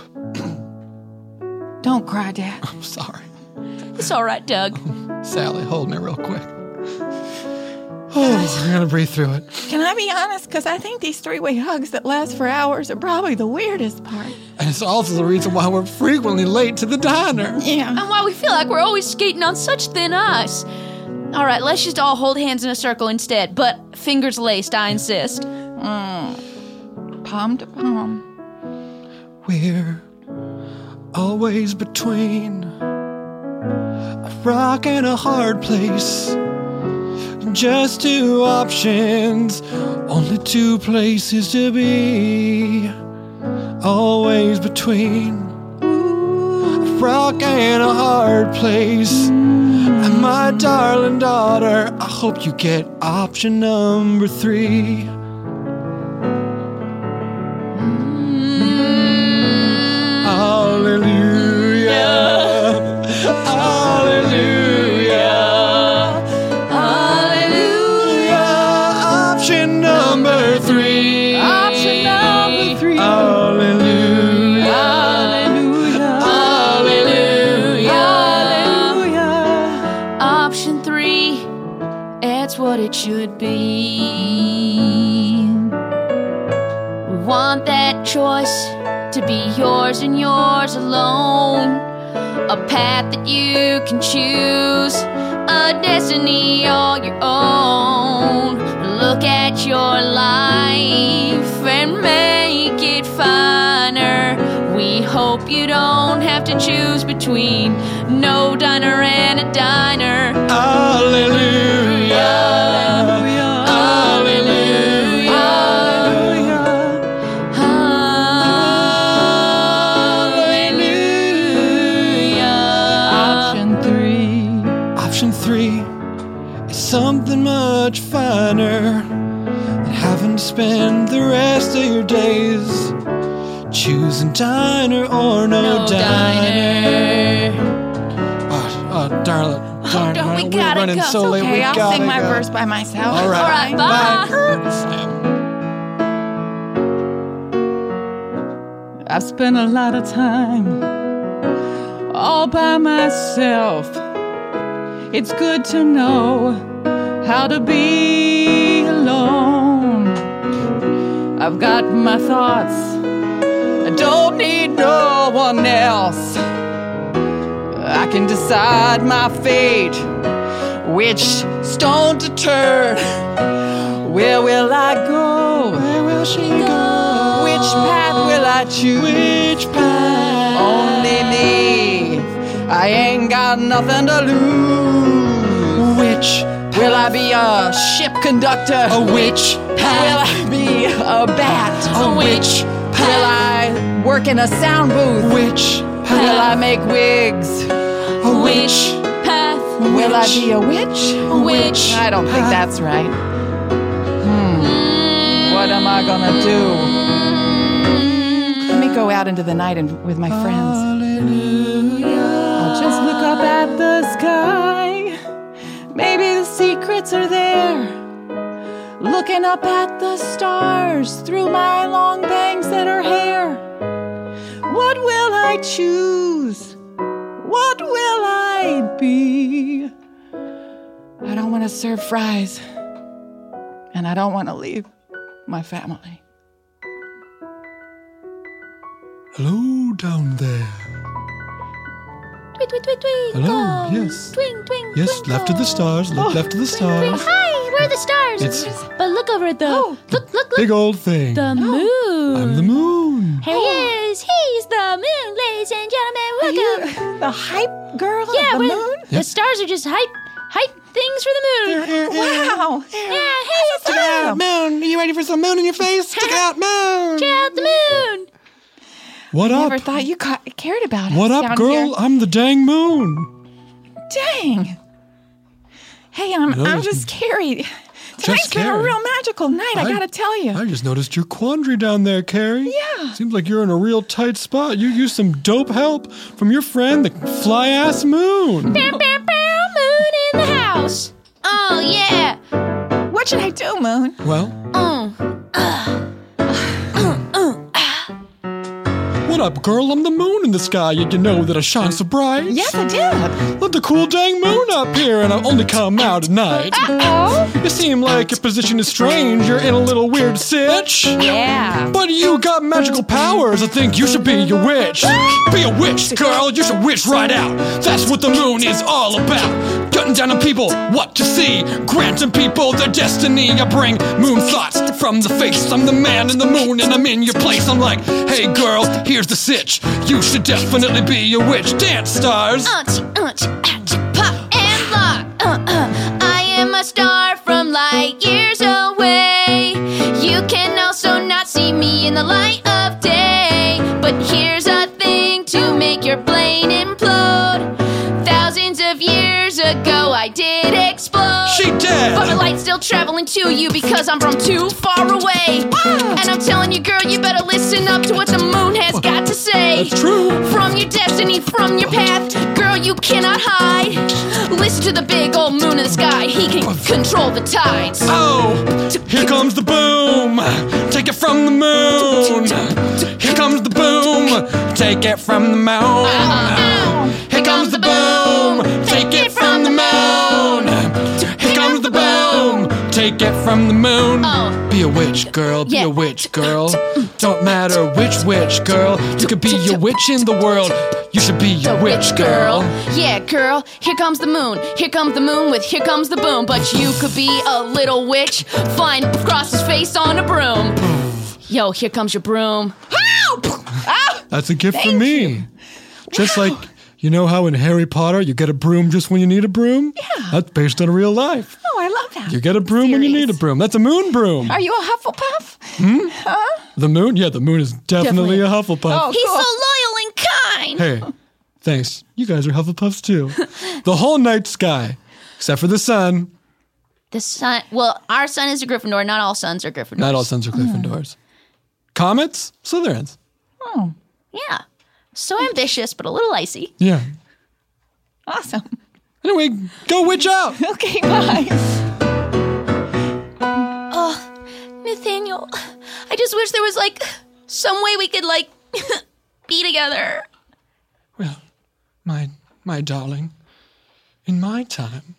Don't cry, Dad. I'm sorry. It's all right, Doug. Sally, hold me real quick. Oh, I'm gonna breathe through it. Can I be honest? Because I think these three way hugs that last for hours are probably the weirdest part. And it's also the reason why we're frequently late to the diner. Yeah. And why we feel like we're always skating on such thin ice. All right, let's just all hold hands in a circle instead, but fingers laced, I insist. Palm to palm. We're always between a rock and a hard place. Just two options, only two places to be. Always between a rock and a hard place. And my darling daughter, I hope you get option number three. Hallelujah. Hallelujah. Hallelujah. Option number three. Option number three. Hallelujah. Option three, that's what it should be. We want that choice to be yours and yours alone. A path that you can choose, a destiny all your own. Look at your life and make it finer. We hope you don't have to choose between no diner and a diner. Hallelujah. Option three. Option three is something much finer than having to spend the rest of your days choosing diner or no, No diner. Oh, oh, darling, darling, don't we we're gotta running go. so It's late. Okay, we I'll gotta sing my go. verse by myself. All right, All right, bye. I've spent a lot of time all by myself. It's good to know how to be alone. I've got my thoughts. I don't need no one else. I can decide my fate, which stone to turn. Where will I go? Where will she go? Which path will I choose? Which path? Only me. I ain't got nothing to lose. Which will I be a ship conductor? A witch path? Will I be a bat? A witch path? Will I work in a sound booth? Which path? Will I make wigs? A Which path? Will I be a witch? Which? I don't think that's right. Hmm. What am I gonna do? Let me go out into the night and with my friends. I'll just look up at the sky. Maybe the secrets are there. Looking up at the stars through my long bangs that are hair. What will I choose? What will I be? I don't want to serve fries. And I don't want to leave my family. Hello down there. Tweet, tweet, tweet, tweet. Hello, yes. Twing, twing, Yes, left to the stars, look left to the Oh, stars. Hi, where are the stars? It's- but look over at the. Oh. look, look, look. Big old thing. The moon. I'm the moon. He is. He's the moon, ladies and gentlemen. Welcome. The hype girl yeah, of the we're- moon? the stars are just hype, hype things for the moon. Wow. yeah, hey, it's the moon. Moon, are you ready for some moon in your face? Stick it out, moon. Check out the moon. What up? Never thought you ca- cared about us. What down up, girl? here. I'm the dang moon. Dang. Hey, I'm, No, I'm it's- just carried. Tonight's been a Carrie. real magical night, I, gotta tell you. I just noticed your quandary down there, Carrie. Yeah. Seems like you're in a real tight spot. You used some dope help from your friend, the fly ass moon. Bam, bam, bam, moon in the house. Oh, yeah. what should I do, Moon? Well, Oh, what up, girl? I'm the moon in the sky. Yet you know that I shine so bright. Yes, I did. Let the cool dang moon up here, and I only come out at night. Oh, You seem like your position is strange. You're in a little weird sitch. yeah. But you got magical powers. I think you should be a witch. Be a witch, girl. You should wish right out. That's what the moon is all about. Cutting down on people what to see. Granting people their destiny. I bring moon thoughts from the face. I'm the man in the moon and I'm in your place. I'm like, hey, girl, here's the sitch. You should definitely be a witch. Dance stars. unchy, unchy, ouchie, pop and lock. Uh, uh, I am a star from light years away. You can also not see me in the light of day. But here's a thing to make your plane implode. Thousands of years ago, I did explode. She did. But the light's still traveling to you because I'm from too far away. Ah. And I'm telling you, girl, you better listen up to what the moon has got to say. That's true. From your destiny, from your path, girl, you cannot hide. Listen to the big old moon in the sky, he can control the tides. Oh, here comes the boom. Take it from the moon. Here comes the boom. Take it from the Uh-uh. moon. Here comes the boom. Take it from the moon. Here comes the boom. Take it from the moon. Oh. Be a witch girl. Be Yeah. a witch girl. Don't matter which witch girl. You could be a witch in the world. You should be a witch girl. Yeah, girl, here comes the moon. Here comes the moon with here comes the boom. But you could be a little witch. Fine, cross his face on a broom. Hmm. Yo, here comes your broom. That's a gift for me. Just like you know how in Harry Potter you get a broom just when you need a broom? Yeah. That's based on real life. Oh, I love that. You get a broom when you Serious. need a broom. That's a moon broom. Are you a Hufflepuff? The moon? Yeah, the moon is definitely, a Hufflepuff. Oh, He's cool. so loyal and kind. Hey, thanks. You guys are Hufflepuffs too. the whole night sky, except for the sun. The sun. Well, our sun is a Gryffindor. Not all suns are Gryffindor. Not all suns are Gryffindors. Uh. Comets? Slytherins. Yeah. So ambitious, but a little icy. Yeah. awesome. Anyway, go witch out. Okay, bye. Nathaniel, I just wish there was like some way we could like be together. Well, my my darling, in my time,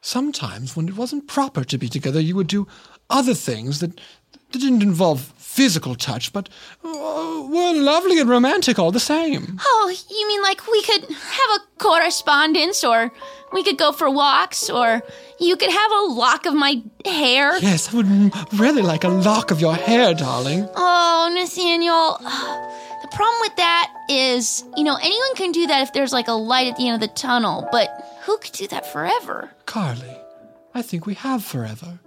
sometimes when it wasn't proper to be together, you would do other things that, that didn't involve physical touch, but uh, were lovely and romantic all the same. Oh, you mean like we could have a correspondence or we could go for walks or you could have a lock of my hair? Yes, I would m- really like a lock of your hair, darling. Oh, Nathaniel. The problem with that is, you know, anyone can do that if there's like a light at the end of the tunnel, but who could do that forever? Carly, I think we have forever.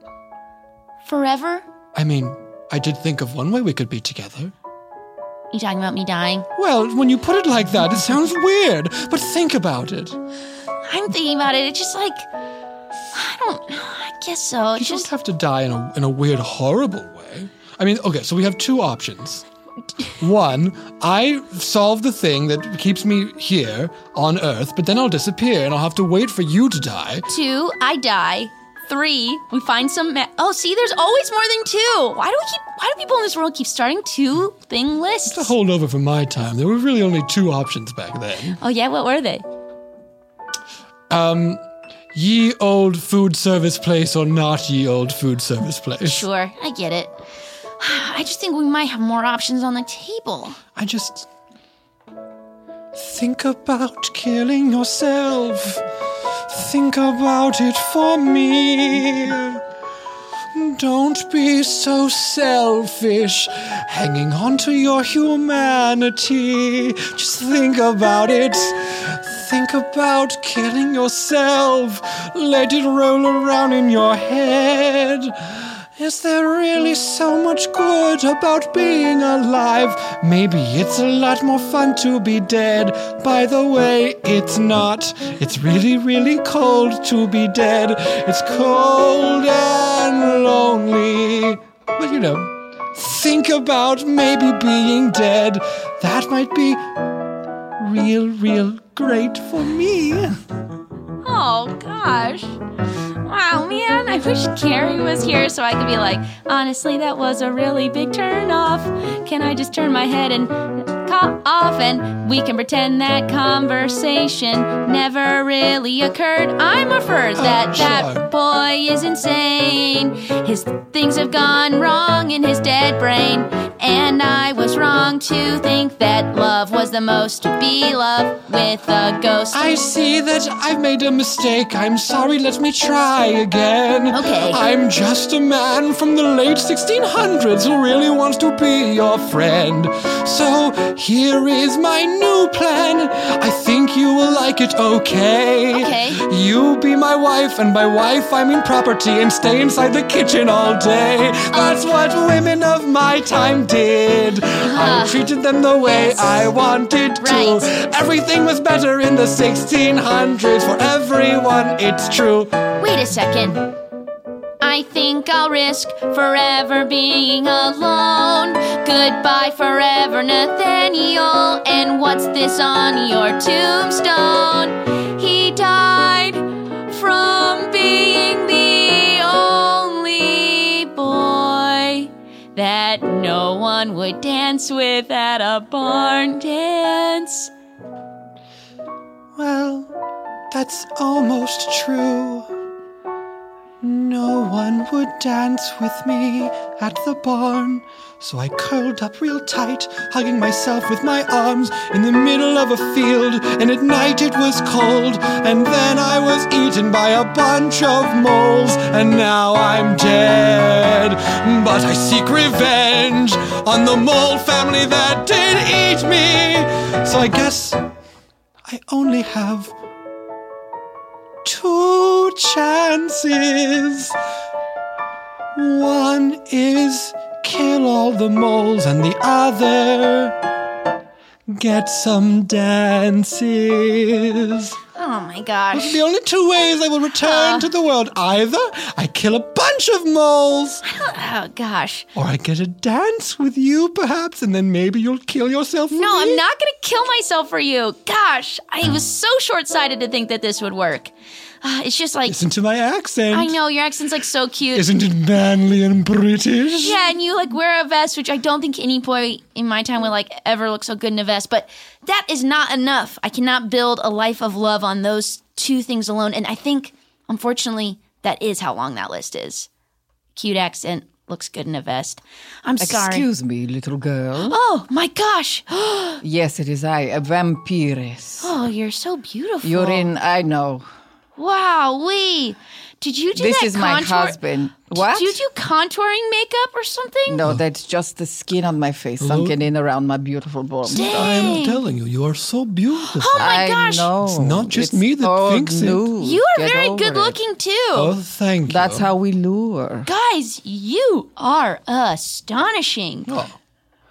Forever? I mean, I did think of one way we could be together. You talking about me dying? Well, when you put it like that, it sounds weird, but think about it. I'm thinking about it. It's just like I don't. I guess so. It's You don't just have to die in a, in a weird, horrible way. I mean, okay, so we have two options. One, I solve the thing that keeps me here on Earth, but then I'll disappear and I'll have to wait for you to die. two. I die. Three. We find some. Ma- oh, see, there's always more than two. Why do we keep? Why do people in this world keep starting two thing lists? It's a holdover from my time. There were really only two options back then. Oh yeah, what were they? Ye old food service place or not ye old food service place. Sure, I get it. I just think we might have more options on the table. I just. Think about killing yourself. Think about it for me. Don't be so selfish, hanging on to your humanity. Just think about it. Think about killing yourself. Let it roll around in your head. Is there really so much good about being alive? Maybe it's a lot more fun to be dead. By the way, it's not. It's really, really cold to be dead. It's cold and lonely. But you know, think about maybe being dead. That might be real, real great for me. Oh gosh. Wow, man, I wish Carrie was here so I could be like, honestly, that was a really big turn off. Can I just turn my head and cough and we can pretend that conversation never really occurred? I'm a furs that that boy is insane. His things have gone wrong in his dead brain. And I was wrong to think that love was the most to be loved with a ghost. I see that I've made a mistake. I'm sorry, let me try again. Okay. I'm just a man from the late 1600s who really wants to be your friend. So here is my new plan. I think you will like it, okay? Okay. You be my wife, and by wife I mean property, and stay inside the kitchen all day. That's what women of my time did. Uh-huh. I treated them the way I wanted to. Right. Everything was better in the 1600s for everyone, it's true. Wait a second. I think I'll risk forever being alone. Goodbye forever, Nathaniel. And what's this on your tombstone? He died from being the only boy that no one would dance with at a barn dance. Well, that's almost true. No one would dance with me at the barn, so I curled up real tight, hugging myself with my arms in the middle of a field. And at night it was cold, and then I was eaten by a bunch of moles, and now I'm dead. But I seek revenge on the mole family that did eat me. So I guess I only have two chances. One is kill all the moles, and the other get some dances. Oh my gosh. The only two ways I will return to the world either I kill a bunch of moles, Oh gosh. or I get a dance with you, perhaps, and then maybe you'll kill yourself. No, I'm not going to kill myself for you. Gosh, I was so short sighted to think that this would work. Ah, it's just like, Listen to my accent. I know, your accent's like so cute. Isn't it manly and British? yeah, and you like wear a vest, which I don't think any boy in my time would like ever look so good in a vest, but that is not enough. I cannot build a life of love on those two things alone. And I think, unfortunately, that is how long that list is. Cute accent, looks good in a vest. I'm sorry. Excuse me, little girl. Oh my gosh. Yes, it is I, a vampirist. Oh, you're so beautiful. You're in, I know. Wow, we did you do this that is my contour- husband. What? Did you do contouring makeup or something? No, that's just the skin on my face sunken in around my beautiful bones. I'm telling you, you are so beautiful. Oh my I gosh, know. It's not just me that old thinks it. news. you are Get very over good it. looking too. Oh, thank you. That's how we lure. Guys, you are astonishing. Oh,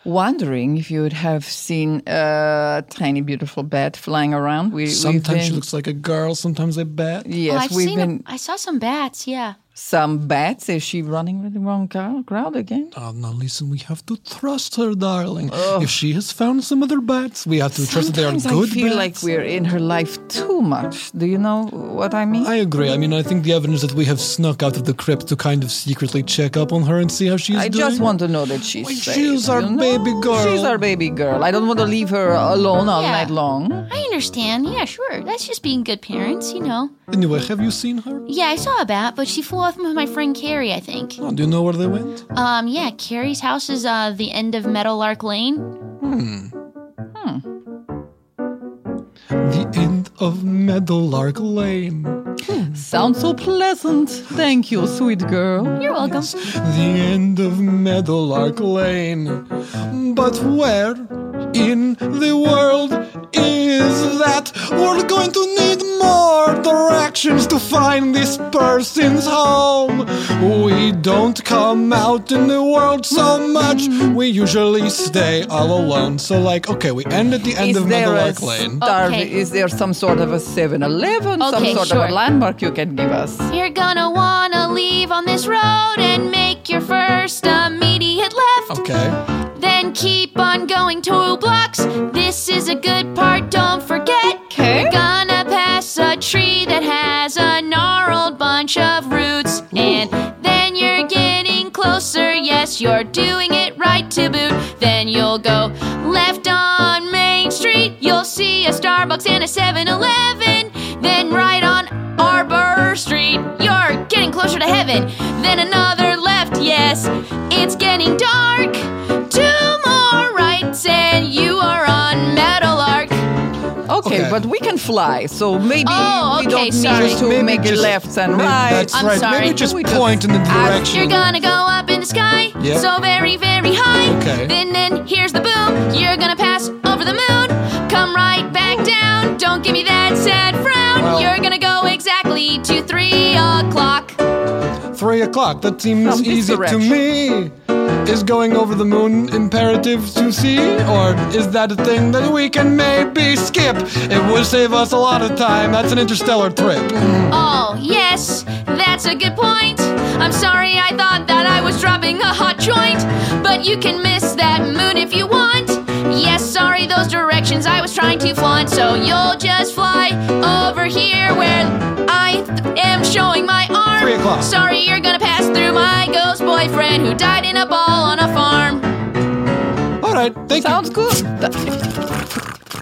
Wondering if you would have seen a tiny, beautiful bat flying around. We, we've Sometimes she been- looks like a girl, sometimes a bat. Yes, Well, I've we've seen. a- been I saw some bats. Yeah. some bats. Is she running with the wrong cow- crowd again? Oh, now listen, we have to trust her, darling. If she has found some other bats, we have to trust that they are Sometimes good I feel bats. like we're in her life too much. Do you know what I mean? I agree. I mean, I think the evidence that we have snuck out of the crypt to kind of secretly check up on her and see how she's I doing. just want to know that she's Well, safe. she's our you know? baby girl. She's our baby girl. I don't want to leave her alone all Yeah. night long. I understand. Yeah, sure. That's just being good parents, you know. Anyway, have you seen her? Yeah, I saw a bat, but she flew off with my friend Carrie, I think. Oh, do you know where they went? Um, yeah, Carrie's house is uh the end of Meadowlark Lane. The end of Meadowlark Lane. Sounds so pleasant. Thank you, sweet girl. You're welcome. The end of Meadowlark Lane. But where in the world is that? We're going to need more directions to find this person's home. We don't come out in the world so much. We usually stay all alone. So, like, okay, we end at the end Is of there, a Megalike Lane. star- Okay. is there some sort of a 7 Eleven, some Okay, sort of sure. a landmark you can give us? You're gonna wanna leave on this road and make your first immediate Oh. left. Okay. Then keep on going two blocks. This is a good part, don't forget. Okay. You're gonna pass a tree that has a gnarled bunch of roots. And then you're getting closer, yes, you're doing it right to boot. Then you'll go left on Main Street. You'll see a Starbucks and a 7 Eleven. Then right on Arbor Street. You're getting closer to heaven. Then another left, yes. It's getting dark. Two more rights, and you are on Metal Arc. Okay, Okay. but we can fly, so maybe Oh, we okay, don't sorry. need to Maybe make just- lefts and maybe- rights. That's I'm right. sorry. Maybe just We just- point in the I- direction. You're gonna go up in the sky, Yep. so very, very high. Okay. Then, then here's the boom. You're gonna pass over the moon. Come right back down. Don't give me that sad frown. Well- You're gonna go exactly to three o'clock. Three o'clock. That seems From this easy to direction. me. Is going over the moon imperative to see, or is that a thing that we can maybe skip? It would save us a lot of time. That's an interstellar trip. Oh, yes, that's a good point. I'm sorry I thought that I was dropping a hot joint, but you can miss that moon if you want. Yes, sorry, those directions I was trying to flaunt, so you'll just fly over here where I th- am showing my arm. Three o'clock. Sorry, you're gonna pass through my ghost boyfriend who died in a ball on a farm. All right, thank Sounds you. good. Th-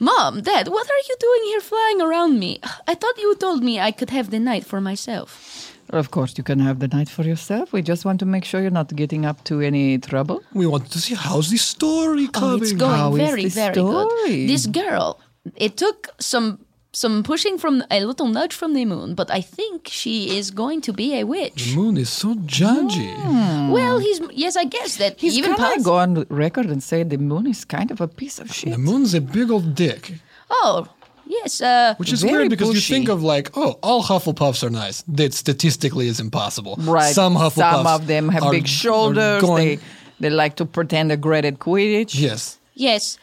Mom, Dad, what are you doing here flying around me? I thought you told me I could have the night for myself. Of course, you can have the night for yourself. We just want to make sure you're not getting up to any trouble. We want to see how's the story Oh, coming. it's going How is very, this very story? good. This girl, it took some some pushing from a little nudge from the moon, but I think she is going to be a witch. Moon is so judgy. Hmm. Well, he's yes, I guess that He's even Even can I pos- go on record and say the moon is kind of a piece of shit? The moon's a big old dick, Oh, yes. Uh, which is Very weird because bushy. you think of like, oh, all Hufflepuffs are nice. That statistically is impossible. Right. Some Hufflepuffs. Some of them have are- big are shoulders. going- They they like to pretend they're great at Quidditch. yes. Yes,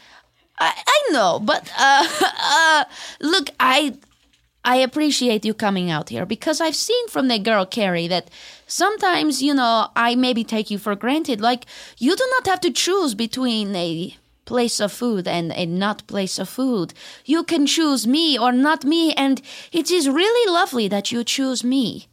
I, I know, but uh, uh, look, I I appreciate you coming out here because I've seen from the girl Carrie that sometimes you know I maybe take you for granted. Like you do not have to choose between a place of food and a not place of food. You can choose me or not me, and it is really lovely that you choose me.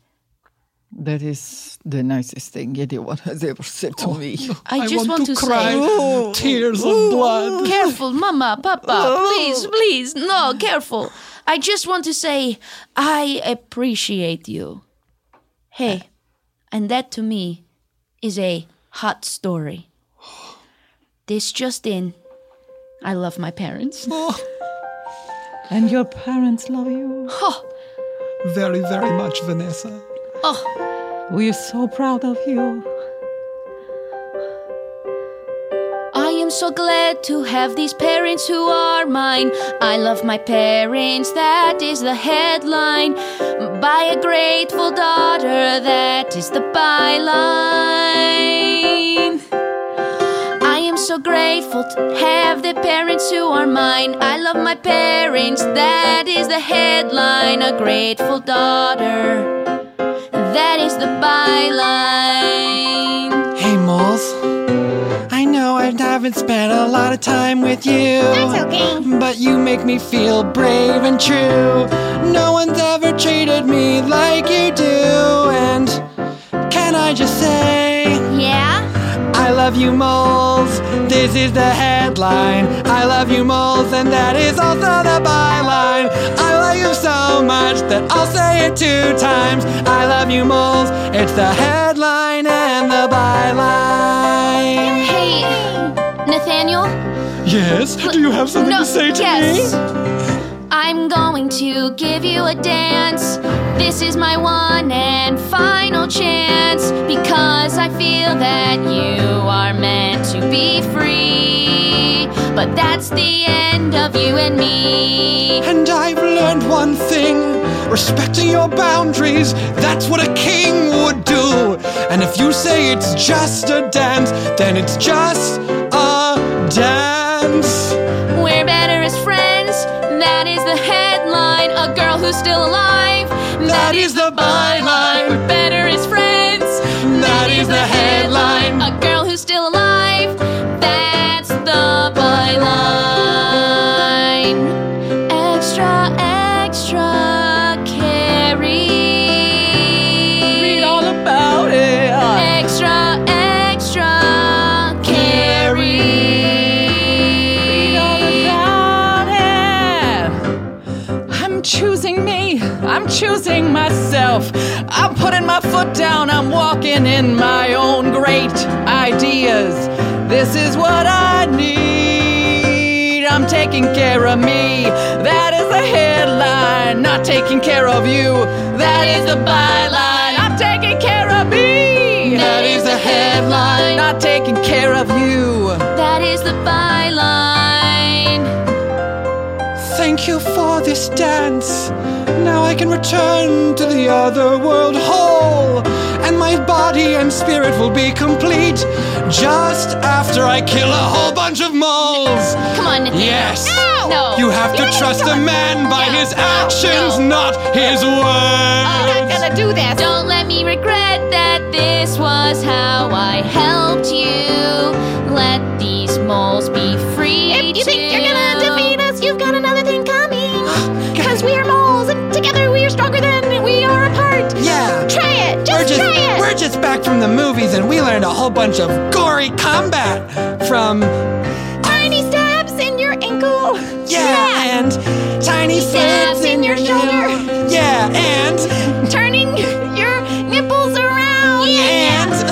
That is the nicest thing anyone has ever said to me. I, just want, to, cry say. tears of blood. Careful, Mama, Papa, please, please, no, careful. I just want to say I appreciate you. Hey, and that to me is a hot story. This just in. I love my parents. And your parents love you. Very, very much, Vanessa. We're so proud of you. I am so glad to have these parents who are mine. I love my parents, that is the headline. By a grateful daughter, that is the byline. I am so grateful to have the parents who are mine. I love my parents, that is the headline. A grateful daughter, that is the byline. Hey, Moles. I know I haven't spent a lot of time with you. That's okay. But you make me feel brave and true. No one's ever treated me like you do. And can I just say, Yeah? I love you, Moles. This is the headline. I love you, Moles, and that is also the byline. I love you so much that I'll say it two times. I love you, Moles. It's the headline and the byline. Hey, Nathaniel? Yes. Do you have something No, to say to yes. me? I'm going to give you a dance. This is my one and final chance because I feel that you are meant to be free. But that's the end of you and me. And I've learned one thing respecting your boundaries, that's what a king would do. And if you say it's just a dance, then it's just a dance. We're better as friends. That is the headline. A girl who's still alive. That is the byline. We're better as friends. That is the headline. A girl who's still alive. That's the byline. Extra, extra, carry. Read all about it. Extra, extra, carry. I'm choosing me. I'm choosing myself. I'm putting my foot down. I'm walking in my own great ideas. This is what I need. I'm taking care of me. That is the headline. Not taking care of you. That is the byline. I'm taking care of me. That is the headline. Not taking care of you. That is the byline. Thank you for this dance. Now I can return to the other world whole. And my body and spirit will be complete just after I kill a whole bunch of moles. Come on, Nathaniel. Yes. No. You have to trust a man by his actions, not his Uh, Oh words. I'm not gonna do this. Don't let me regret that this was how I helped you. Let these moles be free. If you think you're gonna too. defeat us, you've got another thing coming. Because we are moles, and together we are stronger than we are apart. Yeah. Try it. We're Just, just, try it. we're just back from the movies and we learned a whole bunch of gory combat from, yeah, Tiny stabs in your ankle. and tiny slits Stabs in your shoulder. Yeah, and Turning your nipples around. And-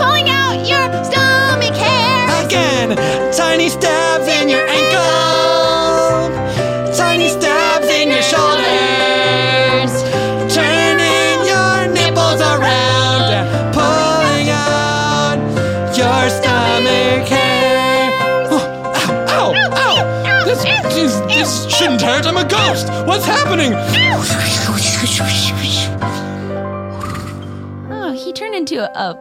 Pulling out your stomach hair. again, tiny stabs in your ankle, tiny stabs in your shoulders, turning your nipples around, pulling out your stomach hair. Oh, ow, ow, ow! This, this, this shouldn't hurt. I'm a ghost. What's happening? Oh, he turned into a, a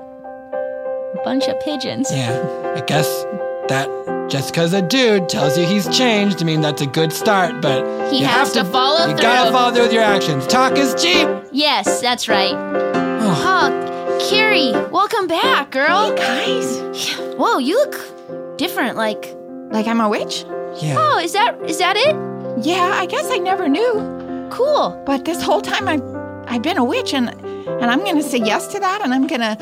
bunch of pigeons. Yeah, I guess that just because a dude tells you he's changed, I mean, that's a good start, but He you has to follow You through. gotta follow through with your actions. Talk is cheap. Yes, that's right. Oh, Carrie, welcome back, girl. Guys, Whoa, you look different. Like, like I'm a witch? Yeah. oh, is that is that it? Yeah, I guess I never knew. Cool. But this whole time I've I've been a witch and and I'm gonna say yes to that and I'm gonna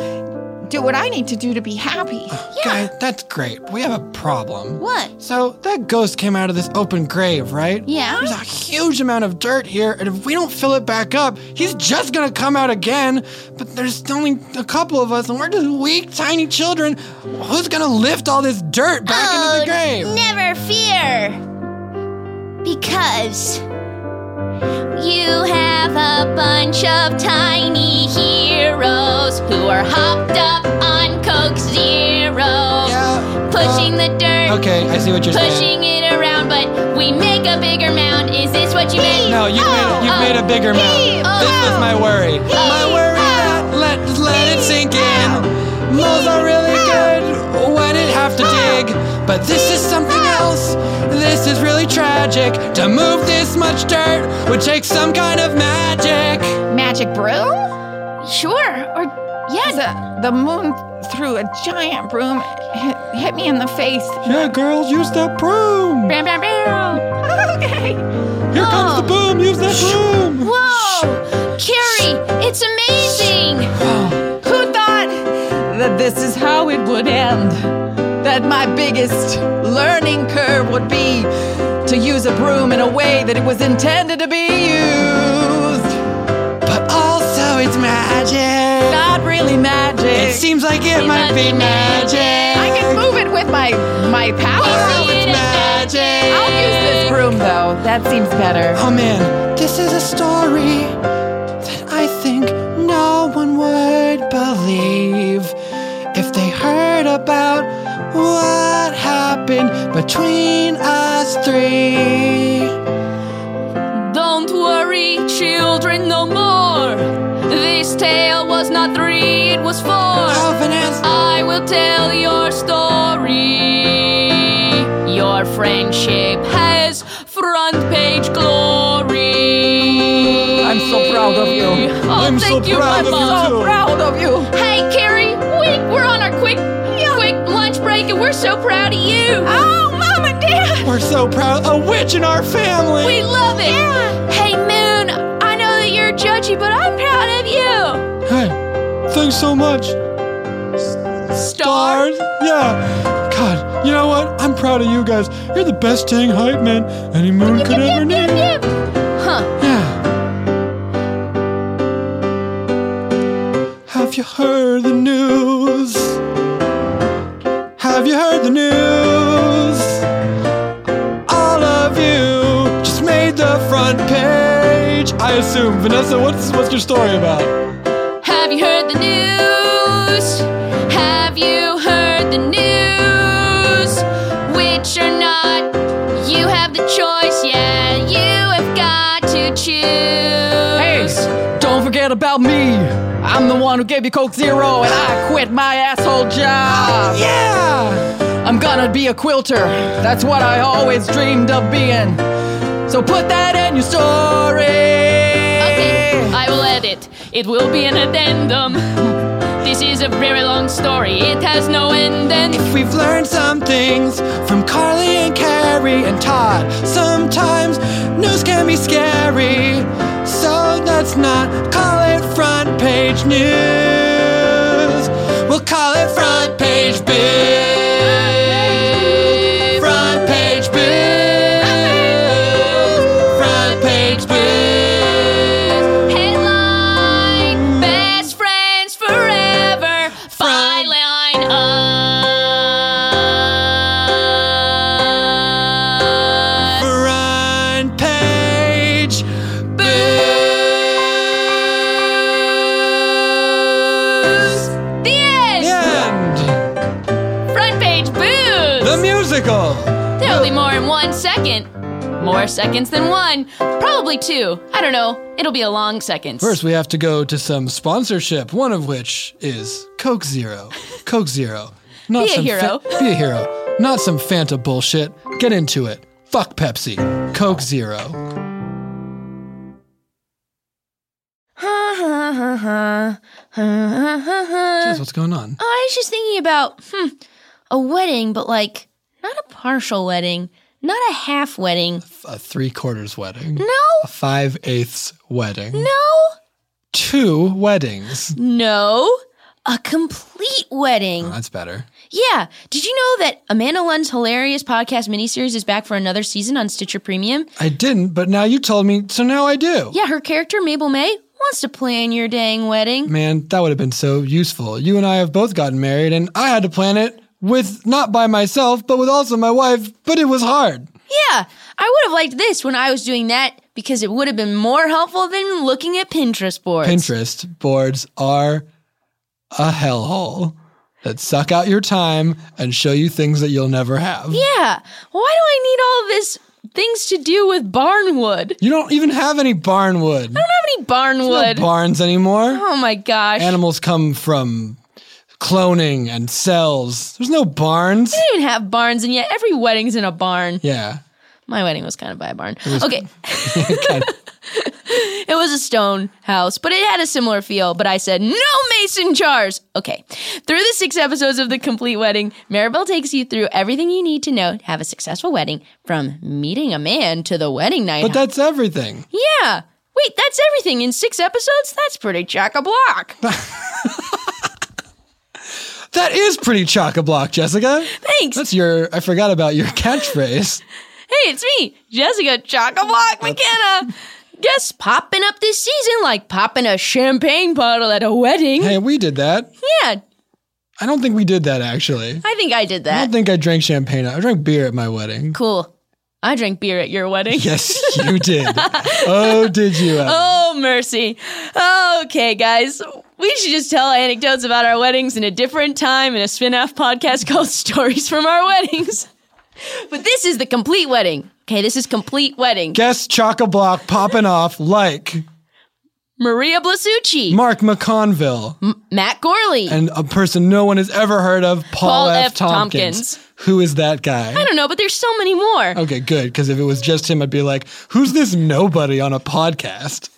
do what I need to do to be happy. Guy, that's great. We have a problem. What? So, that ghost came out of this open grave, right? Yeah. There's a huge amount of dirt here, and if we don't fill it back up, he's just gonna come out again. But there's only a couple of us, and we're just weak, tiny children. Who's gonna lift all this dirt back Oh, into the grave? Never fear. Because you have a bunch of tiny heroes who are hopped up on Coke Zero. Yeah. Pushing Uh, the dirt. Okay, I see what you're saying. Pushing it around, but we make a bigger mound. Is this what you meant? No, you've, made, you've made a bigger mound. oh, This was my worry. my worry that let just let it oh. sink in. Moles are really good when it have Oh. to dig, but this is something else. This is really tragic. To move this much dirt would take some kind of magic. Magic broom? Sure. Or yeah, The the moon threw a giant broom hit, hit me in the face. Yeah, girls, use that broom. Bam bam bam. okay. Here comes Oh. the boom. Use that broom. Whoa! Carrie, it's amazing! Who thought that this is how it would end? That my biggest learning curve would be to use a broom in a way that it was intended to be used. But also, it's magic. Not really It magic. seems like it might be magic. I can move it with my my I power. see it as magic. I'll use this broom though. though. That seems better. Oh man, this is a story that I think no one would believe if they heard about what happened between us three. Don't worry, children, no more. This tale was not three, it was four. Confidence. I will tell your story. Your friendship has front page glory. I'm so proud of you. Oh, I'm thank so you, proud of Mama. you too. Proud of you. Hey, Carrie, we, we're on our quick, quick lunch break, and we're so proud of you. Oh, Mom and Dad! We're so proud. A witch in our family. We love it. Hey, Moon, I know that you're judgy, but I'm proud of you. Hey, thanks so much. Star? Yeah. God, you know what? I'm proud of you guys. You're the best dang hype man any moon could ever need. Huh. Yeah. Have you heard the news? Have you heard the news? All of you just made the front page. I assume, Vanessa, what's what's your story about? Have you heard the news? Have you heard the news? Which or not, you have the choice. Yeah, you have got to Hey, choose. don't forget about me. I'm the one who gave you Coke Zero, and I quit my asshole job. Yeah. I'm gonna be a quilter. That's what I always dreamed of being. So put that in your story. Okay, I will edit. It will be an addendum. This is a very long story. It has no end. And We've learned some things from Carly and Carrie and Todd. Sometimes news can be scary, so let's not call it front page news. We'll call it front page biz. Front page biz. Front page biz. Headline: Best friends forever. Byline: Us. Front page biz. The end. And Front page the booze. musical. There'll be more in one second. More seconds than one. Probably two. I don't know. It'll be a long seconds. First, we have to go to some sponsorship, one of which is Coke Zero. Coke Zero. Not Be a some hero. be a hero. Not some Fanta bullshit. Get into it. Fuck Pepsi. Coke Zero. Jeez, what's going on? Oh, I was just thinking about hmm, a wedding, but like not a partial wedding, not a half wedding. A three quarters wedding. A No, five eighths wedding. no, Two weddings. no. A complete wedding. That's better. Yeah. Did you know that Amanda Lund's hilarious podcast miniseries is back for another season on Stitcher Premium? I didn't, but now you told me, so now I do. Yeah, her character, Mabel May, wants to plan your dang wedding. Man, that would have been so useful. You and I have both gotten married, and I had to plan it with not by myself, but with also my wife, but it was hard. Yeah, I would have liked this when I was doing that because it would have been more helpful than looking at Pinterest boards. Pinterest boards are a hellhole that suck out your time and show you things that you'll never have. Yeah. Why do I need all this things to do with barnwood? You don't even have any barn wood. I don't have any barnwood. barns anymore. oh my gosh. Animals come from cloning and cells. There's no barns. I don't even have barns, and yet every wedding's in a barn. Yeah. My wedding was kind of by a barn. okay. it was a stone house, but it had a similar feel. But I said, no mason jars. Okay. Through the six episodes of The Complete Wedding, Maribel takes you through everything you need to know to have a successful wedding from meeting a man to the wedding night. But that's everything. yeah. Wait, that's everything in six episodes? That's pretty jack a block. That is pretty chock a block, Jessica. Thanks. That's your, I forgot about your catchphrase. Hey, it's me, Jessica Chocoblock McKenna. Guess popping up this season like popping a champagne bottle at a wedding. hey, we did that. Yeah, I don't think we did that, actually. I think I did I that. don't think I drank champagne. I drank beer at my wedding. cool. I drank beer at your wedding. Yes, you did. oh, did you? Em? Oh, mercy. Okay, guys. We should just tell anecdotes about our weddings in a different time in a spin off podcast called Stories from Our Weddings. But this is the complete wedding. Okay, this is complete wedding. Guest chock a block popping off like Maria Blasucci, Mark McConville Hmm. Matt Gorley. and a person no one has ever heard of, Paul, Paul F. F. Tompkins. Who is that guy? I don't know, but there's so many more. Okay, good. Because if it was just him, I'd be like, who's this nobody on a podcast?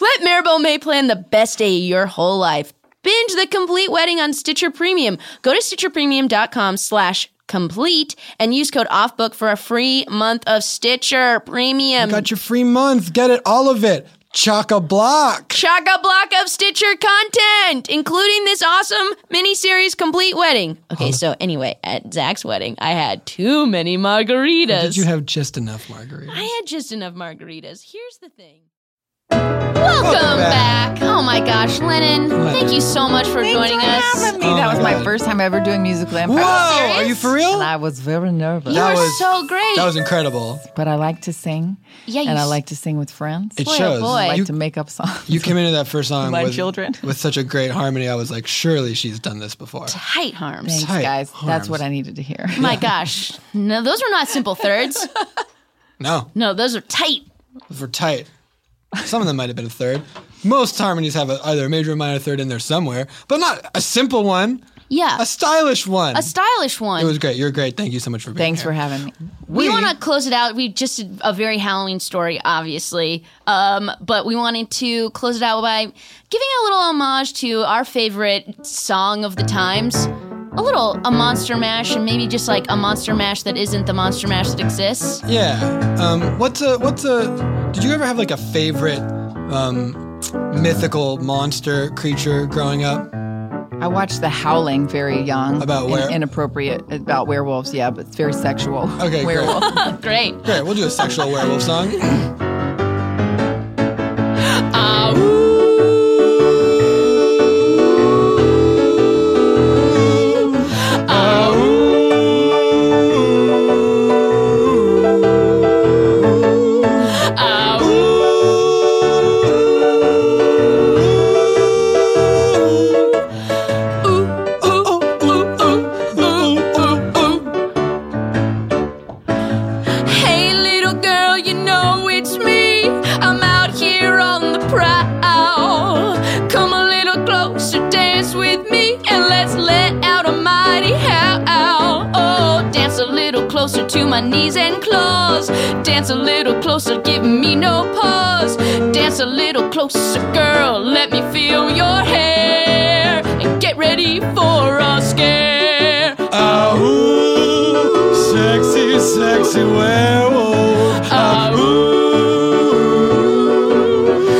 Let Maribo May plan the best day of your whole life. Binge the complete wedding on Stitcher Premium. Go to stitcherpremium.com slash complete and use code OFFBOOK for a free month of Stitcher Premium. Got your free month. Get it, all of it. Chock a block. Chaka block of Stitcher content, including this awesome miniseries Complete Wedding. Okay, so anyway, at Zach's wedding, I had too many margaritas. Did you have just enough margarita? I had just enough margaritas. Here's the thing. Welcome, back. Oh my gosh, Lennon. Thank you so much for joining us. Having me. that was Oh. my first time ever doing musical Whoa, improv. are you for real? And I was very nervous, You That were was- so great. That was incredible. but I like to sing, yeah, you and I s- like to sing with friends. It oh shows. boy. I like You, to make up songs. you came into that first song My with, children. with such a great harmony. I was like, surely she's done this before. tight harms. Thanks, tight guys. arms. That's what I needed to hear. My gosh. No, those were not simple thirds. No, No, those are tight. those were tight. Some of them might have been a third. Most harmonies have a, either a major or minor third in there somewhere, but not a simple one, Uh, Yeah. a stylish one. A stylish one. it was great. You're great. Thank you so much for being Thanks here. for having me. we want to close it out. We just did a very Halloween story, obviously, um, but we wanted to close it out by giving a little homage to our favorite song of the times. A little a monster mash, and maybe just like a monster mash that isn't the monster mash that exists. Yeah. Um, what's a what's a? Did you ever have like a favorite um, mythical monster creature growing up? I watched The Howling very young. About were- and inappropriate about werewolves. Yeah, but it's very sexual. Okay, great. werewolf. Great. Great. We'll do a sexual werewolf song. Hey, little girl, you know it's me. I'm out here on the prowl. Come a little closer, dance with me, and let's let out a mighty howl. Oh, dance a little closer to my knees and claws. Dance a little closer, give me no pause. Dance a little closer, girl, let me feel your hair. And get ready for a scare. Ah, ooh, sexy, sexy werewolf. Ah, ooh,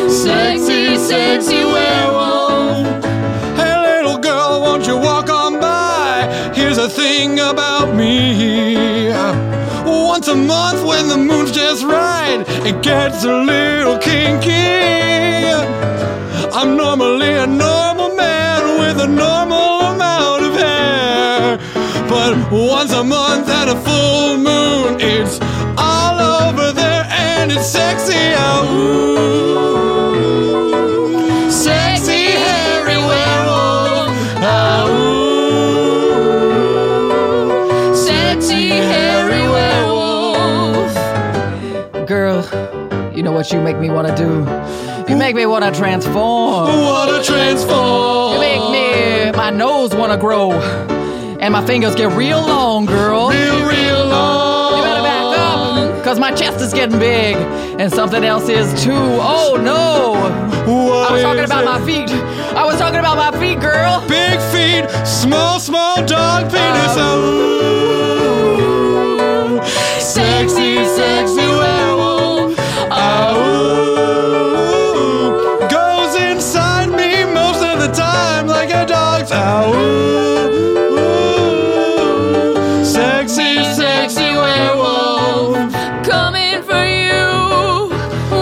Sexy, sexy werewolf. Hey, little girl, won't you walk on by? Here's a thing about me. Once a month, when the moon's just right, it gets a little kinky. I'm normally a normal man with a normal amount of hair. But once a month at a full moon, it's all over there and it's sexy. Ooh. Sexy hairy werewolf. Ooh. Sexy hairy werewolf. Girl, you know what you make me want to do? You make me want to transform. Wanna You transform. make me, my nose want to grow. And my fingers get real long, girl. You Real, real long. better back up, cause my chest is getting big. And something else is too. Oh no! What I was talking is about it? my feet. I was talking about my feet, girl. Big feet, small, small dog penis. Ooh. Sexy, sexy werewolf. Ooh. Goes inside me most of the time like a dog's. Ooh. Sexy, sexy werewolf. coming for you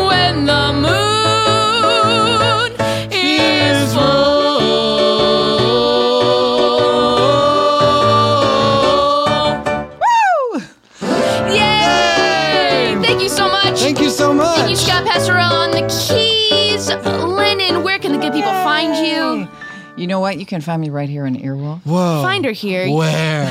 when the moon is full. Woo! Yeah! much. Thank you so much. Thank you, Scott Passarella on the keys. Lennon, where can the good people find you? You know what? You can find me right here on Earwolf. Whoa. Find her here. Where?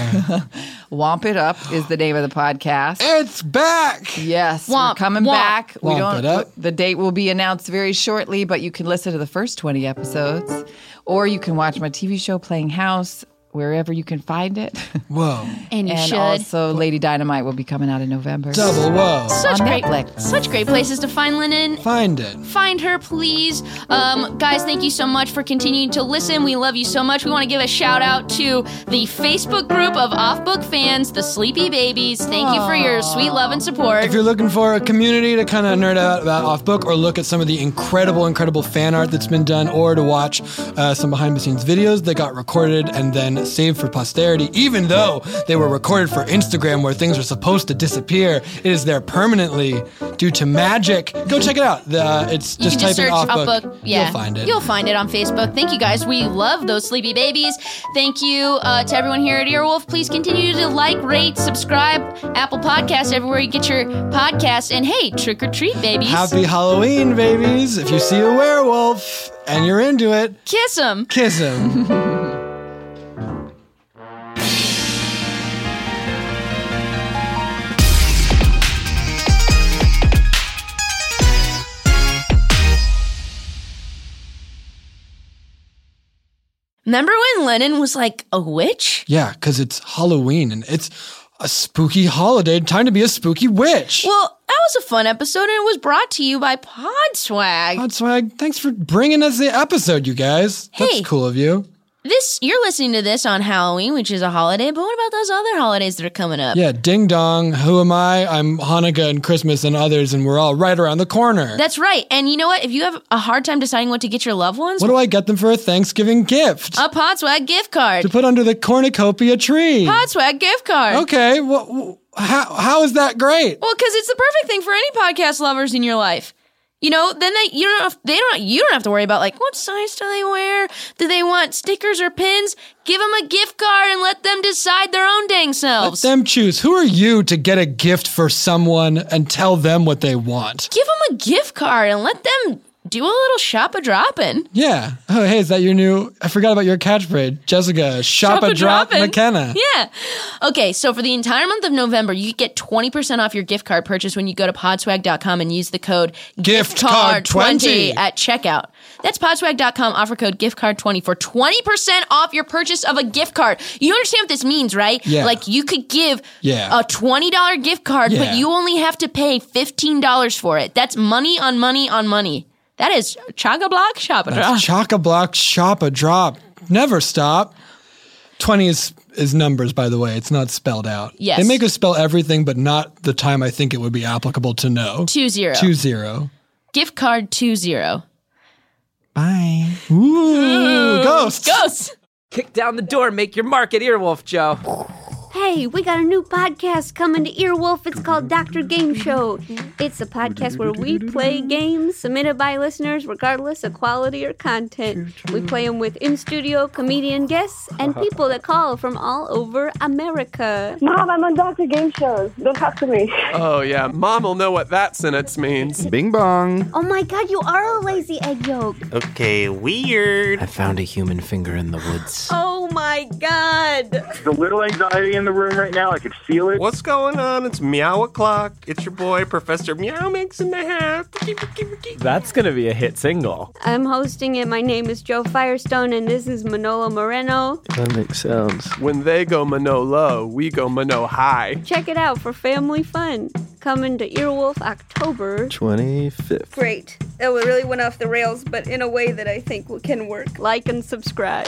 Womp It Up is the name of the podcast. it's back. Yes, we're Womp, coming womp. back. We Womp don't. it up. The date will be announced very shortly, but you can listen to the first twenty episodes, or you can watch my TV show Playing House wherever you can find it. Whoa. And you and should. also, Lady Dynamite will be coming out in November. Double whoa. such on great, Netflix. such great places to find Lennon. Find it. Find her, please. Um, guys, thank you so much for continuing to listen. We love you so much. We want to give a shout out to the Facebook group of off book fans, the Sleepy Babies. Thank you for your sweet love and support. If you're looking for a community to kind of nerd out about off book or look at some of the incredible, incredible fan art that's been done, or to watch uh, some behind the scenes videos that got recorded and then saved for posterity, even though they were recorded for Instagram where things are supposed to disappear, it is there permanently due to magic. Go check it out. The, uh, it's You just can just search typing off book. Upbook. Yeah. You'll find it. You'll find it on Facebook. Thank you guys. We love those sleepy babies. Thank you uh, to everyone here at Earwolf. Please continue to like, rate, subscribe, Apple Podcasts, everywhere you get your podcasts. And hey, trick or treat, babies. Happy Halloween, babies. If you see a werewolf and you're into it, Kiss them. kiss him. Remember when Lennon was like a witch? Yeah, because it's Halloween and it's a spooky holiday. Time to be a spooky witch. Well, that was a fun episode, and it was brought to you by Pod Swag. God, Swag, thanks for bringing us the episode, you guys. Hey. That's cool of you. This you're listening to this on Halloween, which is a holiday. But what about those other holidays that are coming up? Yeah, ding dong. Who am I? I'm Hanukkah and Christmas and others, and we're all right around the corner. That's right. And you know what? If you have a hard time deciding what to get your loved ones, what do I get them for a Thanksgiving gift? a Pod Swag gift card. to put under the cornucopia tree. Pod Swag gift card. Okay, well, how, how is that great? Well, because it's the perfect thing for any podcast lovers in your life. You know, then they you don't have, they don't you don't have to worry about like what size do they wear? Do they want stickers or pins? Give them a gift card and let them decide their own dang Let selves. them choose. Who are you to get a gift for someone and tell them what they want? give them a gift card and let them do a little shop a dropping. Yeah. Oh, hey, is that your new? I forgot about your catchphrase, Jessica. Shop, a drop, droppin'. McKenna. Yeah. Okay, so for the entire month of November, you get 20% off your gift card purchase when you go to podswag.com and use the code Gift card 20. at checkout. That's podswag.com offer code giftcard20 for 20% off your purchase of a gift card. You understand what this means, right? Yeah. Like you could give Yeah. a $20 gift card, Yeah. but you only have to pay $15 for it. That's money on money on money. That is chaga block shop a drop. Ah. Chock a block, shop a drop. Never stop. Twenty is is numbers, by the way. It's not spelled out. Yes. They make us spell everything, but not the time I think it would be applicable to know. Two zero. Two zero. Gift card two zero. Bye. Ooh, ghosts. Ghosts. Kick down the door, make your mark at Earwolf, Joe. Hey, we got a new podcast coming to Earwolf. It's called Dr. Game Show. It's a podcast where we play games submitted by listeners, regardless of quality or content. We play them with in studio comedian guests and people that call from all over America. Mom, I'm on Doctor Game Shows. Don't talk to me. Oh, yeah. Mom will know what that sentence means. Bing bong. Oh my god, you are a lazy egg yolk. Okay, weird. I found a human finger in the woods. Oh my god. The little anxiety in the room right now, I could feel it. What's going on? It's meow o'clock. It's your boy, Professor Meow Mix in the house. That's gonna be a hit single. I'm hosting it. My name is Joe Firestone, and this is Manolo Moreno. That makes sense. When they go Mano low, we go Mano high. Check it out for family fun. Coming to Earwolf October 25th. Great. It really went off the rails, but in a way that I think can work. Like and subscribe.